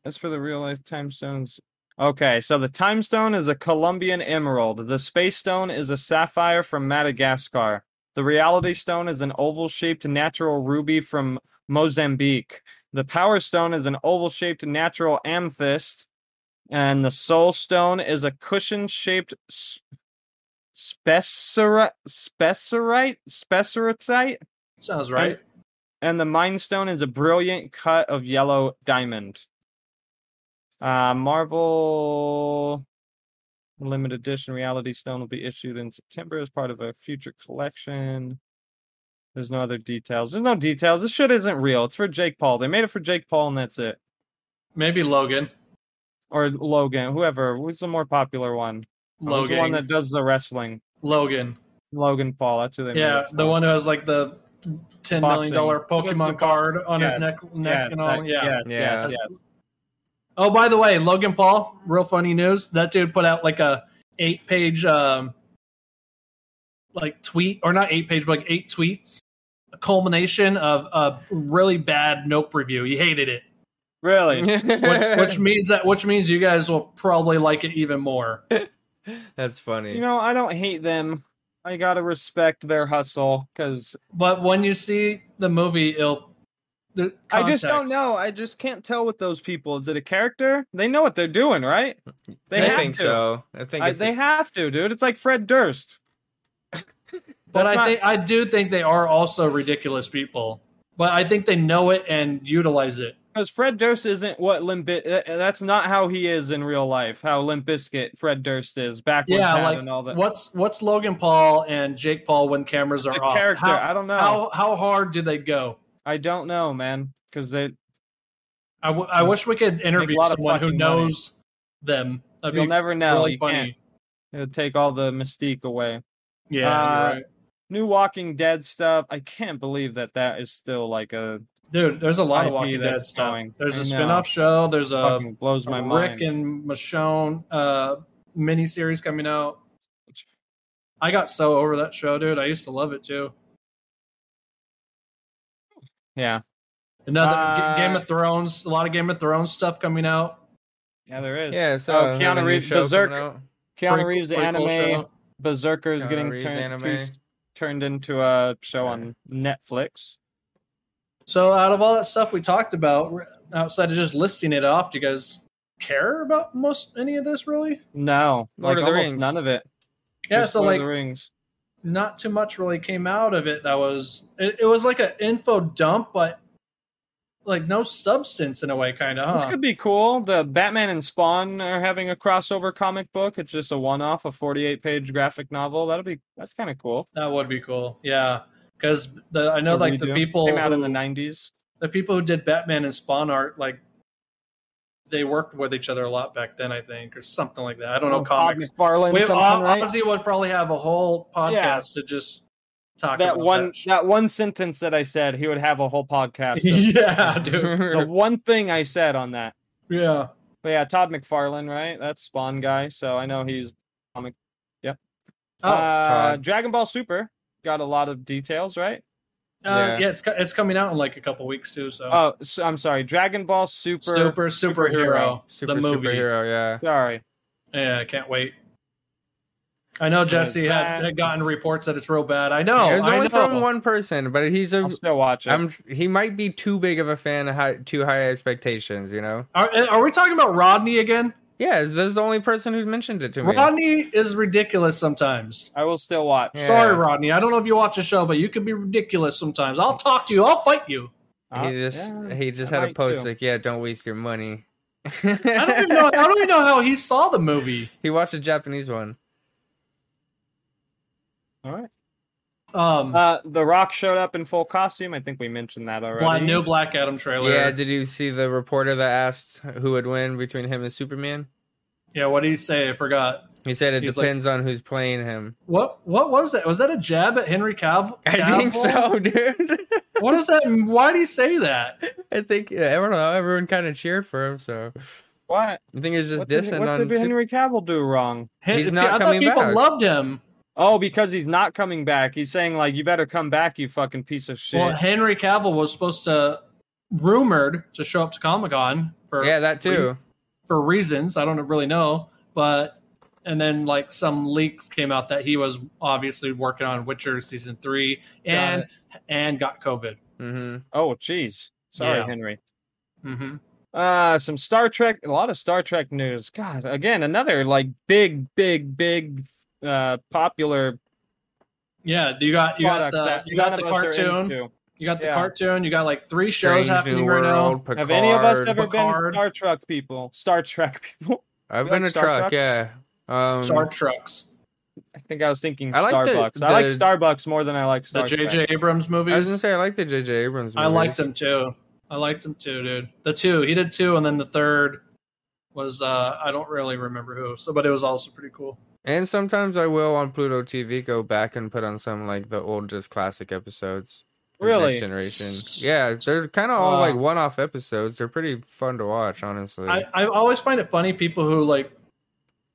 D: As for the real life time stones. Okay, so the time stone is a Colombian emerald. The space stone is a sapphire from Madagascar. The reality stone is an oval shaped natural ruby from Mozambique. The power stone is an oval shaped natural amethyst. And the soul stone is a cushion shaped spessarite? Spessarite?
C: Sounds right.
D: and the Mind Stone is a brilliant cut of yellow diamond. Uh, Marvel limited edition Reality Stone will be issued in September as part of a future collection. There's no other details. There's no details. This shit isn't real. It's for Jake Paul. They made it for Jake Paul, and that's it.
C: Maybe Logan.
D: Or Logan, whoever. Who's the more popular one? Who's
C: Logan.
D: the one that does the wrestling.
C: Logan.
D: Logan Paul. That's who they. made
C: Yeah,
D: it for.
C: the one who has like the ten
D: Boxing.
C: million dollar
D: What's the
C: Pokemon card on
D: Yeah,
C: his neck, neck
D: Yeah,
C: and all.
D: that-
C: yeah.
D: yes,
E: Yeah.
D: yes,
E: That's-
D: yes.
C: Oh, by the way, Logan Paul. Real funny news. That dude put out like a eight page, um, like tweet or not eight page, but like eight tweets. A culmination of a really bad Nope review. He hated it,
D: Really.
C: which, which means that which means you guys will probably like it even more.
E: That's funny.
D: You know, I don't hate them. I gotta respect their hustle because
C: But when you see the movie, it'll. The
D: I just don't
C: context-
D: know. I just can't tell with those people. Is it a character? They know what they're doing, right? They
E: I
D: have
E: think
D: to.
E: so. I think
D: I,
E: it's
D: they have to, dude. It's like Fred Durst.
C: But
D: That's
C: I
D: not-
C: think I do think they are also ridiculous people. But I think they know it and utilize it.
D: Because Fred Durst isn't what Limp Bi- uh, uh, That's not how he is in real life. How Limp Bizkit Fred Durst is backwards
C: Yeah,
D: hat
C: like
D: and all that.
C: what's what's Logan Paul and Jake Paul when cameras
D: It's
C: are
D: a
C: off?
D: character.
C: How,
D: I don't know.
C: how how hard do they go?
D: I don't know, man. Because they
C: I, w- I wish we could interview
D: Hmm. lot of
C: someone who
D: fucking money.
C: knows them. That'd
D: you'll
C: be
D: never know.
C: really
D: you can't.
C: funny.
D: It'll take all the mystique away.
C: Yeah,
D: Uh,
C: you're right.
D: New Walking Dead stuff. I can't believe that that is still like a
C: dude. There's a lot of
D: IP
C: Walking Dead
D: that's
C: stuff.
D: going.
C: There's a
D: I know.
C: spin-off show. There's a,
D: fucking blows my
C: a Rick
D: mind.
C: and Michonne uh, miniseries coming out. I got so over that show, dude. I used to love it too.
D: yeah,
C: Another
D: Uh,
C: G- Game of Thrones, a lot of Game of Thrones stuff coming out.
D: yeah, there is.
E: yeah, so
D: Oh,
E: I have a
D: Keanu
E: new
D: Reeves
E: show coming
D: Berserk.
E: out.
D: Keanu
C: Prequel-
D: Reeves
C: prequel
D: anime
C: show.
D: Berserker is
E: Keanu
D: getting
E: Reeves
D: turned
E: anime.
D: to- turned into a show
E: Sorry.
D: on Netflix.
C: So, out of all that stuff we talked about, r- outside of just listing it off, do you guys care about most any of this really?
D: No, like
E: Lord of the
D: almost
E: Rings.
D: none of it.
C: Yeah,
D: Just
C: so
D: Lord of
C: like
D: the Rings.
C: not too much really came out of it. That was it, it was like an info dump, but like no substance in a way, kind of.
D: This
C: Huh?
D: could be cool. The Batman and Spawn are having a crossover comic book. It's just a one-off, a 48-page graphic novel. That'll be that's kind of cool.
C: That would be cool, yeah. Because the I know
D: A
C: like the
D: redo.
C: people
D: Came out in
C: who-
D: the 90s.
C: the people who did Batman and Spawn art, like they worked with each other a lot back then, I think, or something like that. I don't know
D: Oh, Todd
C: comics.
D: McFarlane
C: We,
D: something,
C: Oz-
D: right?
C: Ozzy would probably have a whole podcast to just talk
D: that
C: about
D: one
C: that shit.
D: that one sentence that I said he would have a whole podcast. of.
C: yeah, dude.
E: Mm-hmm.
D: the one thing I said on that.
C: Yeah.
D: But yeah, Todd McFarlane, right? That's Spawn guy, so I know he's comic. Yep.
C: Oh,
D: uh,
E: Todd.
D: Dragon Ball Super got a lot of details, right?
C: Uh,
E: Yeah.
C: yeah. it's co- it's coming out in like a couple weeks too. So
D: Oh, so, I'm sorry, Dragon Ball Super.
C: super superhero,
E: Super
C: the movie.
E: superhero, yeah.
D: Sorry.
C: Yeah, I can't wait. I know Jesse had, had gotten reports that it's real bad. I know.
E: it was
C: I
E: only
C: know.
E: from one person, but he's a
D: I'll still watch it.
E: I'm he might be too big of a fan of high, too high expectations, you know?
C: Are, are we talking about Rodney again?
E: Yeah, this is the only person who mentioned it to me.
C: Rodney is ridiculous sometimes.
D: I will still watch.
E: Yeah.
C: Sorry, Rodney. I don't know if you watch the show, but you can be ridiculous sometimes. I'll talk to you. I'll fight you.
D: Uh,
E: he just
D: yeah.
E: he just
D: I
E: had a
D: might
E: post
D: too.
E: like, yeah, don't waste your money.
C: I don't even know. I don't even know how he saw the movie.
E: He watched a Japanese one.
D: All right.
E: Hmm.
C: Um,
D: Uh, the Rock showed up in full costume. I think we mentioned that already.
C: Black, new Black Adam trailer.
E: Yeah, did you see the reporter that asked who would win between him and Superman?
C: yeah. What did he say? I forgot.
E: He said it
C: He's like-
E: depends on who's playing him.
C: What What was that? Was that a jab at Henry Cavill?
E: I think
C: Cavill?
E: so, dude.
C: What is that? Why did he say that?
E: I think yeah, I don't know. Everyone kind of cheered for him, so
D: What?
E: I think it's just
D: What did,
E: dissing
D: what
E: on.
D: did
E: Sup-
D: Henry Cavill do wrong?
E: He's
C: Hen-
E: not
C: I
E: coming
C: thought people
E: back.
C: loved him.
D: Oh, because he's not coming back. He's saying like, "You better come back, you fucking piece of shit."
C: Well, Henry Cavill was supposed to, rumored to show up to Comic Con for
E: yeah, that too.
C: for reasons I don't really know, but and then like some leaks came out that he was obviously working on Witcher season three and and got COVID.
E: hmm
D: oh, jeez. Sorry,
C: Yeah.
D: Henry.
C: hmm
D: Uh, some Star Trek. A lot of Star Trek news. God, again, another like big, big, big, uh, popular
C: Yeah, you got you got
D: product
C: the
D: that
C: you got
D: none
C: the
D: of us are
C: cartoon,
D: into.
C: you got the
D: Yeah.
C: cartoon, you got like three shows happening right now.
E: Picard.
D: Have any of us ever been
C: Picard.
D: Star Trek people? Star Trek people.
E: I've
D: You
E: been
D: like
E: a
D: Star
E: truck,
D: Trucks?
E: yeah. Um,
C: Star Trucks,
D: I think I was thinking
E: I like the-
D: Starbucks. I like
E: the-
D: Starbucks more than I like
C: the
D: Star Trek.
C: J.J. Abrams
E: I was gonna
C: movies.
E: say I like the J.J. Abrams.
C: I
E: movies.
C: liked them too. I liked them too, dude. The two he did two, and then the third was uh I don't really remember who, so but it was also pretty cool.
E: and sometimes I will on Pluto TV go back and put on some like the oldest classic episodes. of
D: Really?
E: Next Generation. Yeah, they're kind of all
D: Wow.
E: like one-off episodes. They're pretty fun to watch, honestly.
C: I, I always find it funny people who like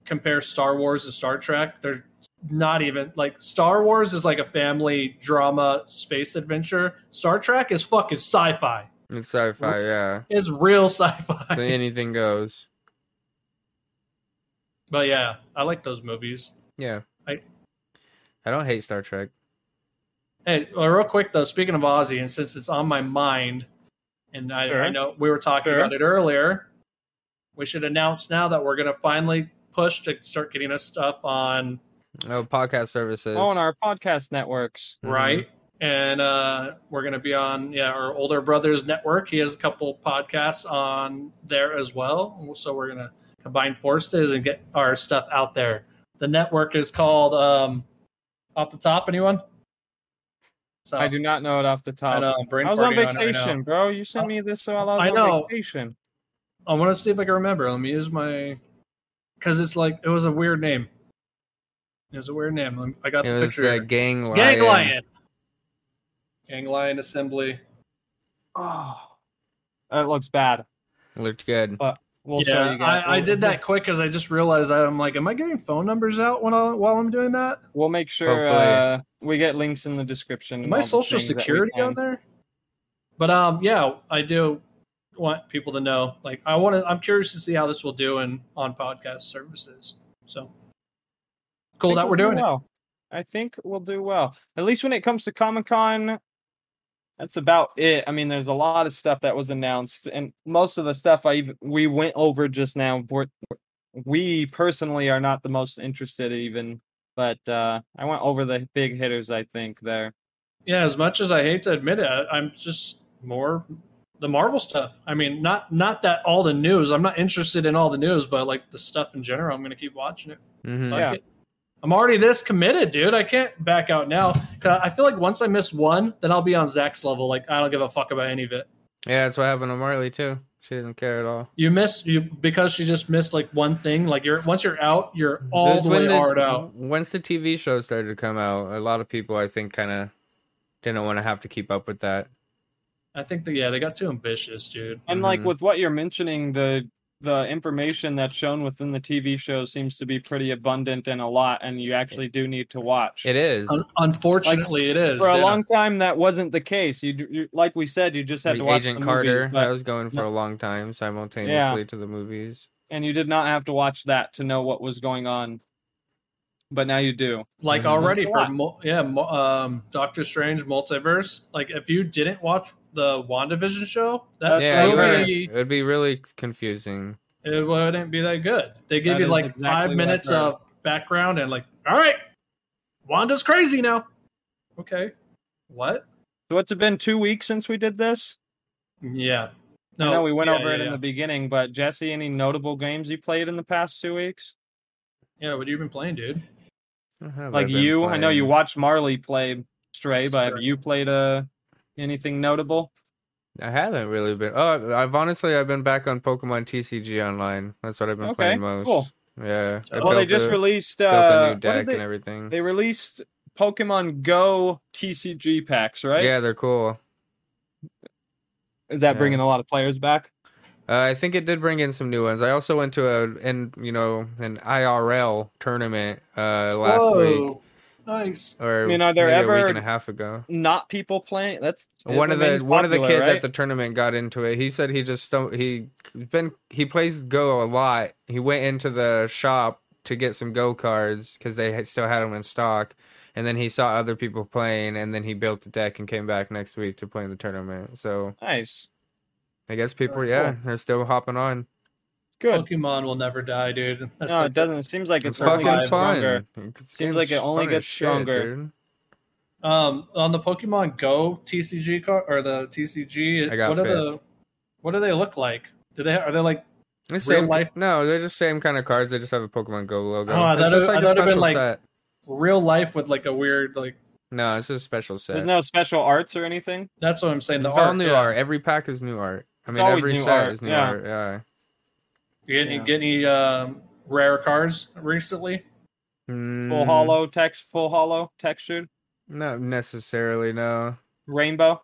C: compare Star Wars to Star Trek. They're not even like Star Wars is like a family drama space adventure. Star Trek is fucking sci-fi.
E: It's sci-fi, yeah.
C: It's real
E: So
C: sci-fi.
E: anything goes.
C: But yeah, I like those movies.
E: Yeah.
C: I-
E: I don't hate Star Trek.
C: Hey, well, real quick though, speaking of Ozzy, and since it's on my mind, and I,
D: Sure.
C: I know we were talking
D: Sure.
C: about it earlier, we should announce now that we're gonna finally push to start getting us stuff on
E: Oh, podcast services.
D: Oh, and our podcast networks.
E: Mhm.
C: right? And uh, we're going to be on yeah our older brothers network. He has a couple podcasts on there as well, so we're going to combine forces and get our stuff out there. The network is called um, off the top. Anyone? So
D: I do not know it off the top.
C: I know. I'm brain
D: I was on
C: farting on it right now.
D: vacation, bro. You sent me this while I was
C: I
D: on
C: know.
D: vacation.
C: I want to see if I can remember. Let me use my because it's like it was a weird name. It was a weird name. Lem- I got
E: It
C: the
E: was
C: picture.
E: the gang lion.
C: Gang Lion. Gang Lion Assembly.
D: Oh, that looks bad.
E: Looked
C: Oh,
E: good.
D: We'll show
C: yeah,
D: you guys.
C: I, I
D: We'll-
C: did that quick because I just realized I- I'm like, am I getting phone numbers out when I, while I'm doing that?
D: We'll make sure
E: Hopefully.
D: uh, we get links in the description. and
C: Am I
D: all the
C: social
D: things that we
C: security on
D: can.
C: there? But um, yeah, I do want people to know. Like, I want to. I'm curious to see how this will do in on podcast services. So
D: I
C: cool
D: think
C: that we're
D: we'll do
C: doing it.
D: well. I think we'll do well. At least when it comes to Comic Con, that's about it. I mean, there's a lot of stuff that was announced, and most of the stuff I even, we went over just now. We're, we personally are not the most interested, even, but uh, I went over the big hitters. I think there.
C: Yeah, as much as I hate to admit it, I- I'm just more the Marvel stuff. I mean, not not that all the news. I'm not interested in all the news, but like the stuff in general, I'm gonna keep watching it.
E: hmm
C: Fuck
D: Yeah.
C: it. I'm already this committed, dude. I can't back out now. 'Cause I feel like once I miss one, then I'll be on Zach's level. Like I don't give a fuck about any of it.
E: Yeah, that's what happened to Marley too. She didn't care at all.
C: You missed you because she just missed like one thing. Like you're once you're out, you're all
E: This
C: the
E: when
C: way
E: the-
C: hard out.
E: Once the TV show started to come out, a lot of people I think kind of didn't want to have to keep up with that.
C: I think that yeah, they got too ambitious, dude.
D: And like
E: Mhm.
D: with what you're mentioning, the the information that's shown within the TV show seems to be pretty abundant and a lot, and you actually do need to watch.
E: It is.
C: Un- unfortunately, it is
D: For a
C: yeah.
D: long time, that wasn't the case. You, d- you like we said, you just had to watch
E: Agent
D: the
E: Carter.
D: movies,
E: I
D: but,
E: was going for a long time simultaneously to the movies.
D: and you did not have to watch that to know what was going on. But now you do.
C: like
E: Mhm.
C: already
D: That's
C: for
D: a lot.
C: mul- yeah mu- um doctor strange multiverse like if you didn't watch the wandavision show that
E: yeah, you
D: right.
C: movie,
E: are- it would be really confusing.
C: it wouldn't be that good they give
D: That
C: you
D: is
C: like
D: exactly
C: five
D: what
C: minutes
D: I've heard.
C: of background and like all right wanda's crazy now okay what
D: So it's been two weeks since we did this.
C: yeah
D: No, I know we went
C: yeah,
D: over
C: yeah,
D: it
C: yeah.
D: in the beginning, but Jesse, any notable games you played in the past two weeks?
C: yeah what you been playing dude
E: What have I
D: like
E: been
D: you i know you
E: playing?
D: watched marley play stray but have
C: Stray.
D: you played uh anything notable
E: I haven't really been. Oh, I've honestly I've been back on Pokemon TCG Online. That's what I've been
D: Okay,
E: playing most.
D: cool.
E: Yeah. I
D: well Oh, they
E: built
D: just
E: a-
D: released
E: built
D: uh
E: a new
D: what did
E: deck and
D: they,
E: everything.
D: they released pokemon go tcg packs right
E: Yeah, they're cool.
D: is that
E: Yeah.
D: bringing a lot of players back
E: Uh, I think it did bring in some new ones. I also went to a and you know an IRL tournament uh, last
C: Whoa,
E: week
C: nice
E: or
D: I mean, are there
E: maybe a
D: ever-
E: week and a half ago.
D: not people playing that's it
E: one of the
D: remains
E: one of the
D: popular,
E: kids
D: right?
E: at the tournament got into it. He said he just stum- he been he plays Go a lot. He went into the shop to get some Go cards because they had, still had them in stock, and then he saw other people playing, and then he built the deck and came back next week to play in the tournament. So
D: nice
E: I guess people,
C: Very
E: yeah, they're still hopping on.
D: good
C: pokemon will never die dude That's
D: no
C: like-
D: it doesn't it seems like
E: It's,
D: it's, only
E: fucking
D: getting
E: fun.
D: stronger
E: It
D: Seems like it only
E: fun as
D: gets
E: shit,
D: stronger.
E: dude.
C: Um, on the Pokemon Go TCG card or the TCG,
E: I got
C: what are the what do they look like? Do they are they like?
E: It's
C: Real
E: same,
C: life-
E: No, they're just same kind of cards. They just have a Pokemon Go logo.
C: Oh, I
E: it's
C: thought
E: just
C: it-
E: like
C: I
E: a
C: thought it'd been
E: special
C: like-
E: set.
C: Real life with like a weird like
E: No, it's just a special set.
D: there's no special arts or anything
C: that's what I'm saying. The
E: it's all
C: art,
E: new
C: yeah.
E: art. Every pack is new art. I
D: It's
E: mean,
D: always
E: every
D: new
E: set
D: art,
E: is new
D: yeah.
E: art. Yeah.
C: You get, any
D: Yeah.
C: get any um, rare cards recently?
D: full
E: Mm,
D: hollow text full hollow textured
E: Not necessarily. No.
D: rainbow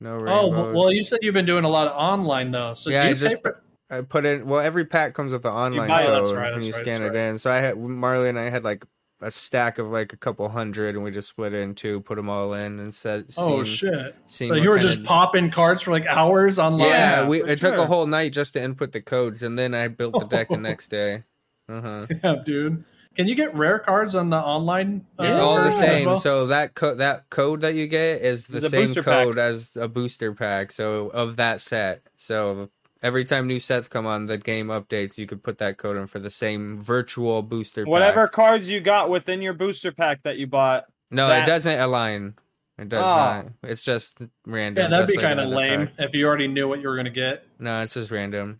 E: No.
C: Oh
E: Rainbows.
C: w- well, you said you've been doing a lot of online though. So
E: Yeah,
C: do
E: I
C: you
E: just
C: pay for-
E: I put in. Well, every pack comes with an online
D: buy it.
E: code,
C: That's right,
E: and
C: that's
E: you
C: right,
E: scan it
C: that's
E: in. So I had Marley and I had like a stack of like a couple hundred, and we just split it in two, put them all in, and said,
C: oh
E: seen-
C: shit!
E: seen
C: So
E: what
C: you were
E: kinda-
C: just popping cards for like hours online.
E: Yeah,
D: Yeah,
E: we
D: for
E: it took a
D: sure.
E: whole night just to input the codes, and then I built the deck the next day. Uh huh.
C: Yeah, dude. Can you get rare cards on the online?
E: It's
C: uh,
E: all the
C: version as
E: same.
C: well?
E: So that co- that code that you get is the
D: It's a
E: same
D: booster pack.
E: code as a booster pack. So of that set. So every time new sets come on, the game updates. You could put that code in for the same virtual booster.
D: whatever
E: Pack.
D: cards you got within your booster pack that you bought
E: No,
D: that-
E: it doesn't align. It does
D: Oh.
E: not. It's just random.
C: yeah, that'd
E: just
C: be
E: like
C: kind of
E: another
C: lame
E: pack.
C: if you already knew what you were gonna get.
E: No, it's just random.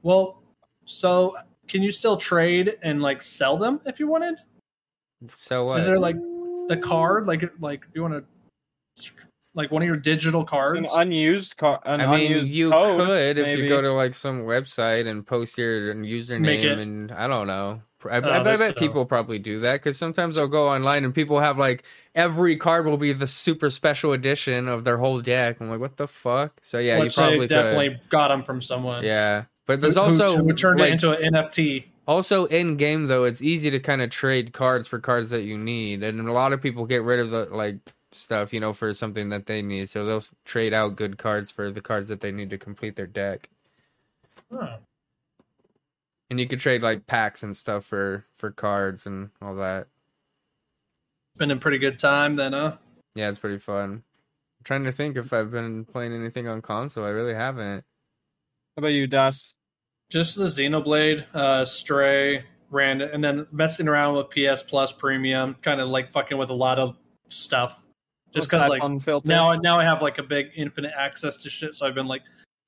C: Well, so can you still trade and like sell them if you wanted?
E: So what?
C: Is there like the card, like like if you want to, like one of your digital
D: an
C: cards?
D: unused card. An
E: I mean,
D: unused
E: you
D: code,
E: could if
D: maybe.
E: you go to like some website and post your
C: Make
E: username,
C: it-
E: and I don't know. I, I-
C: Oh,
E: I,
C: that's
E: bet
C: so-
E: people probably do that because sometimes they'll go online and people have like every card will be the super special edition of their whole deck. I'm like, what the fuck? So yeah,
C: which
E: you probably
C: they
E: could.
C: definitely got them from someone.
E: yeah. But
C: Who-
E: there's
C: who-
E: also
C: who, turned
E: like,
C: it into an NFT.
E: also in game though, it's easy to kind of trade cards for cards that you need, and a lot of people get rid of the like stuff you know for something that they need, so they'll trade out good cards for the cards that they need to complete their deck.
C: Huh.
E: and you could trade like packs and stuff for for cards and all that
C: Been in pretty good time then, huh?
E: yeah it's pretty fun i'm trying to think if i've been playing anything on console i really haven't
D: How about you, Dust?
C: Just the Xenoblade, uh, Stray, random, and then messing around with PS Plus Premium, kind of like fucking with a lot of stuff. Just
D: What's
C: because
D: that
C: like
D: unfiltered.
C: now now I have like a big infinite access to shit. So I've been like,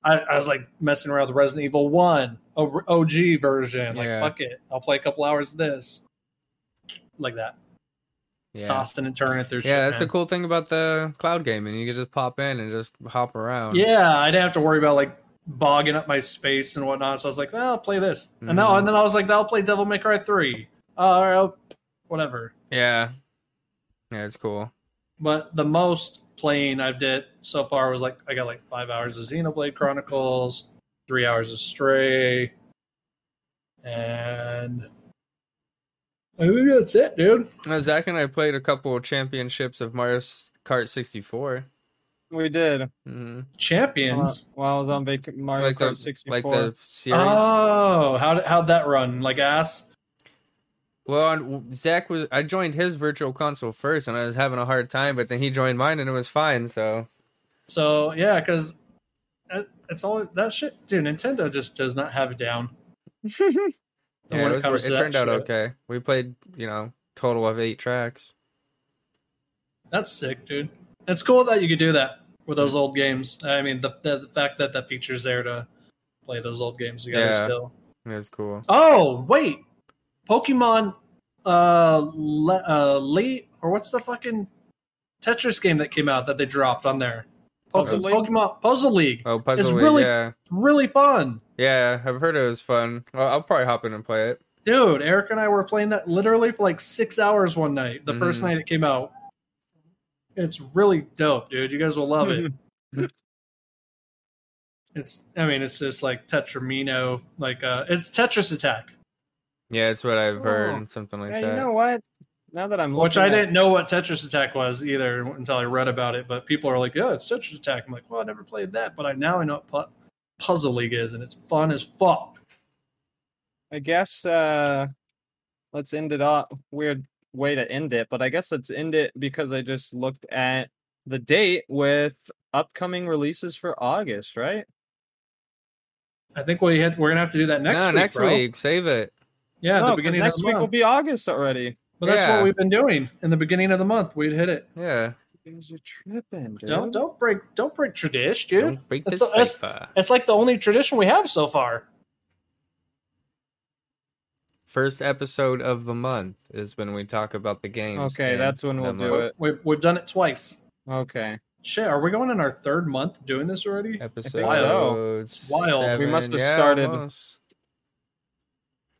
C: I, I was like messing around with Resident Evil One, a r- OG version. Like
E: Yeah.
C: fuck it, I'll play a couple hours of this, like that,
E: yeah
C: tossing and turning through.
E: yeah
C: shit,
E: that's the
C: man.
E: cool thing about the cloud gaming you can just pop in and just hop around
C: Yeah, I didn't have to worry about like bogging up my space and whatnot. So I was like, well, I'll play this, and now and then I was like, I'll play Devil May Cry three, uh, or I'll- whatever.
E: Yeah. Yeah, it's cool.
C: But the most playing I've did so far was like I got like five hours of Xenoblade Chronicles, three hours of Stray, and I think that's it, dude.
E: Now, Zach and I played a couple of championships of Mario S- Kart 64.
D: We did
E: hmm
D: while,
C: Champions.
D: while I was on vac- Mario
E: Like
D: Kart
E: the,
D: 64.
E: like the series.
C: Oh, how did, how'd that run? Like ass.
E: Well, and Zach was. I joined his virtual console first, and I was having a hard time. But then he joined mine, and it was fine. So
C: So yeah, because it's all that shit, dude. Nintendo just does not have it down.
E: yeah,
C: when
E: it,
C: it
E: was-
C: comes to
E: it
C: that
E: turned out
C: shit.
E: okay. We played, you know, total of eight tracks.
C: That's sick, dude. It's cool that you could do that with those old games. I mean, the, the, the fact that that feature's there to play those old games together
E: Yeah.
C: still.
E: It was cool.
C: Oh, wait. Pokemon uh, le- uh late or what's the fucking Tetris game that came out that they dropped on there?
D: Puzzle League?
C: Pokemon Puzzle League.
E: Oh, puzzle. League,
C: really-
E: yeah,
C: Really fun.
E: yeah. I've heard it was fun. Well, I'll probably hop in and play it.
C: Dude, Eric and I were playing that literally for like six hours one night, the first
E: Mhm.
D: Mm-hmm.
C: night it came out. It's really dope, dude. You guys will love it. It's, I mean, it's just like Tetramino, like uh, it's Tetris Attack,
E: Yeah, it's what I've heard
D: Oh.
E: and something like
D: yeah,
E: that.
D: you know what? Now that I'm looking
C: which I
D: at-
C: didn't know what Tetris Attack was either until I read about it. But people are like, "Yeah, it's Tetris Attack." I'm like, "Well, I never played that, but I now I know what Pu- Puzzle League is, and it's fun as fuck."
D: I guess uh let's end it off weird way to end it, but I guess let's end it because I just looked at the date with upcoming releases for August, right?
C: I think we had, we're gonna have to do that next
E: no,
C: week.
E: next
C: bro.
E: week. Save it.
C: yeah,
D: No,
C: the
D: 'cause
C: beginning
D: next
C: of the
D: week
C: month.
D: will be August already.
C: but that's
E: Yeah.
C: what we've been doing in the beginning of the month. We'd hit it.
E: Yeah.
D: You guys are tripping, dude.
C: Don't don't break don't break tradition, dude.
E: Don't break
C: That's
E: this
C: the- that's-
E: cipher.
C: It's like the only tradition we have so far.
E: First episode of the month is when we talk about the games.
D: Okay,
E: and
D: that's when we'll
E: the
D: do
E: month.
D: it.
C: We've, we've done it twice.
D: Okay.
C: Shit, are we going in our third month doing this already?
E: Episode
D: so.
C: It's wild. We
E: seven.
D: must have
E: Yeah,
D: started-
E: almost.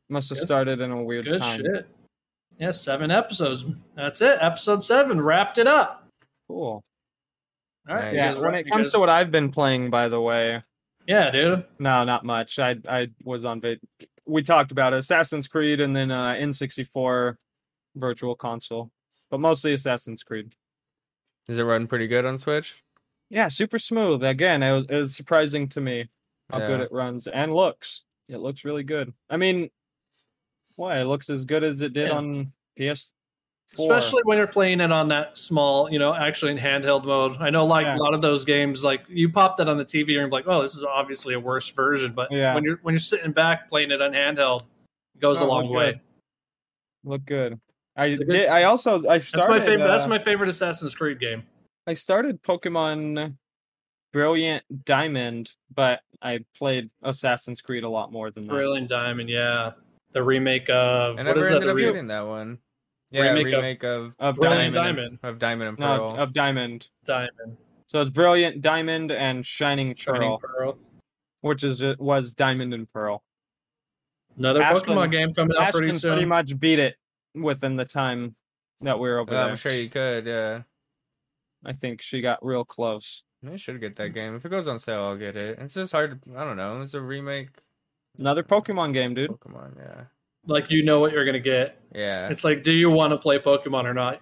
D: Must have
C: Good-
D: started in a weird
C: Good
D: time.
C: shit. Yeah, seven episodes. That's it. Episode seven wrapped it up.
D: Cool.
C: All right.
E: Nice.
C: you
D: Yeah,
C: guys-
D: when it
C: you
D: comes
C: guys-
D: to what I've been playing, by the way,
C: yeah, dude.
D: no, not much. I I was on vac- we talked about Assassin's Creed and then uh N64 virtual console. But mostly Assassin's Creed.
E: Does it run pretty good on Switch?
D: Yeah, super smooth. Again, it was it was surprising to me how good
E: Yeah.
D: it runs and looks. It looks really good. I mean, why it looks as good as it did
C: Yeah.
D: on PS4.
C: Especially when you're playing it on that small, you know, actually in handheld mode. I know, like
D: Yeah.
C: a lot of those games, like you pop that on the TV, you're like, "Oh, this is obviously a worse version." But
D: Yeah.
C: when you're when you're sitting back playing it on handheld, it goes
D: Oh,
C: a long
D: okay.
C: way.
D: look good. I
C: It's a
D: did.
C: good-
D: I also I
C: That's
D: started.
C: my favorite.
D: uh,
C: that's my favorite Assassin's Creed game.
D: I started Pokemon Brilliant Diamond, but I played Assassin's Creed a lot more than that.
C: Brilliant Diamond, yeah. The remake of
E: I
C: what
E: never
C: is that?
E: ended
C: The
E: up
C: re-
E: getting that one. Yeah,
C: Remake
E: remake,
C: of-
E: of,
D: Of
C: Brilliant
D: Diamond,
E: Diamond,
C: Diamond.
E: and- of Diamond and
D: no,
E: Pearl.
D: of Diamond.
C: Diamond,
D: So it's Brilliant Diamond and Shining Pearl,
C: Shining Pearl.
D: which is it was Diamond and Pearl.
C: Another
D: Ashton-
C: Pokemon game coming out
D: Ashton
C: pretty
D: pretty,
C: soon.
D: much beat it within the time that we were over
E: Uh,
D: there.
E: I'm sure you could. Yeah,
D: I think she got real close.
E: I should get that game. If it goes on sale, I'll get it. It's just hard. To, I don't know. It's a remake
D: Another Pokemon game, dude.
E: Pokemon. Yeah,
C: like you know what you're gonna get.
E: yeah.
C: It's like, do you want to play Pokemon or not?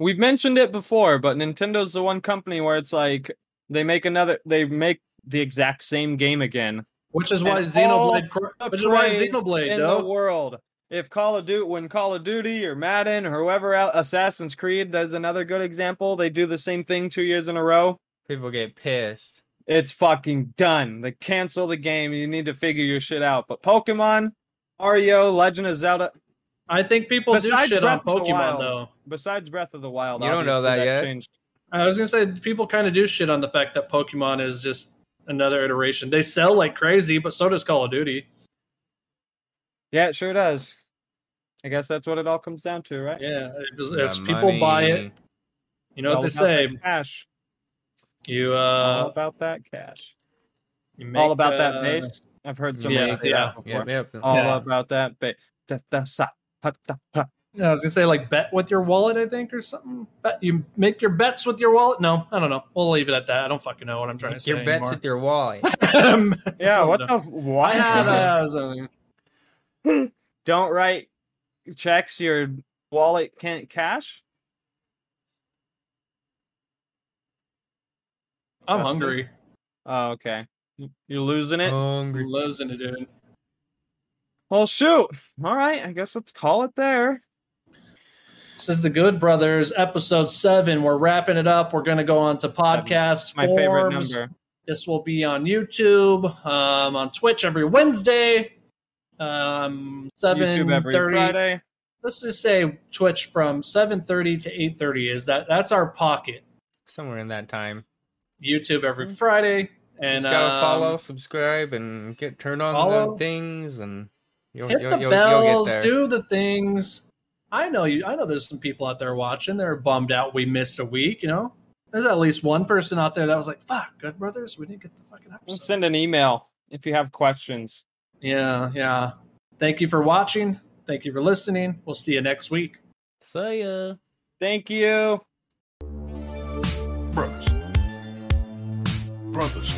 D: We've mentioned it before, but Nintendo's the one company where it's like they make another they make the exact same game again.
C: Which is why
D: And
C: Xenoblade,
D: the
C: which is why
D: praise
C: Xenoblade,
D: in the
C: though.
D: world. If Call of Duty, when Call of Duty or Madden or whoever else, Assassin's Creed, that's another good example. They do the same thing two years in a row.
E: People get pissed.
D: It's fucking done. They cancel the game. You need to figure your shit out. But Pokemon, Mario, Legend of Zelda,
C: I think people
D: Besides
C: do shit
D: Breath
C: on
D: of the Wild.
C: Pokemon though.
D: besides Breath of the Wild,
E: You don't know
D: obviously
E: that yet.
D: Changed.
C: I was gonna say people kind of do shit on the fact that Pokemon is just another iteration. They sell like crazy, but so does Call of Duty.
D: Yeah, it sure does. I guess that's what it all comes down to, right?
C: Yeah, it was-
E: The
C: it's people buy it.
E: money.
C: You know what they
D: It's all about
C: say.
D: that Cash.
C: You
D: All
C: uh,
D: about that cash.
C: You
D: all
C: make,
D: about
C: uh,
D: that bass. I've heard somebody
C: yeah,
D: say
C: yeah,
D: that before.
E: Yep, yep.
D: All
C: Yeah.
D: about that bass. Da, da, sa, ha, da, ha.
C: I was gonna say like bet with your wallet, I think, or something. Bet you make your bets with your wallet. No, I don't know. We'll leave it at that. I don't fucking know what I'm trying to
E: Make
C: say
E: your bets with your wallet.
C: anymore.
D: Yeah,
C: Oh,
D: what
C: no.
D: the f-
C: I
D: what?
C: had uh, something.
D: Don't write checks your wallet can't cash?
C: I'm hungry.
D: Oh, okay. You're losing it?
E: Hungry.
C: Losing it, dude.
D: Well, shoot. All right. I guess let's call it there.
C: This is the Good Brothers, episode seven. We're wrapping it up. We're gonna go on to podcasts.
D: My favorite
C: forums.
D: number.
C: This will be on YouTube, um, on Twitch every Wednesday, um, seven
D: YouTube every
C: thirty.
D: Friday.
C: Let's just say Twitch from seven thirty to eight thirty. Is that that's our pocket?
E: Somewhere in that time.
C: YouTube
D: Mm-hmm.
C: every Friday, and
E: Just gotta
C: um,
E: follow, subscribe, and get turned on
C: follow.
E: the things, and you'll,
C: hit
E: you'll,
C: the
E: you'll, you'll
C: bells,
E: get there.
C: do the things. I know you. I know there's some people out there watching. They're bummed out we missed a week. You know, there's at least one person out there that was like, "Fuck, Good Brothers, we didn't get the fucking episode."
D: Send an email if you have questions.
C: Yeah, yeah. Thank you for watching. Thank you for listening. We'll see you next week.
E: See ya.
D: Thank you.
B: Brothers. Brothers.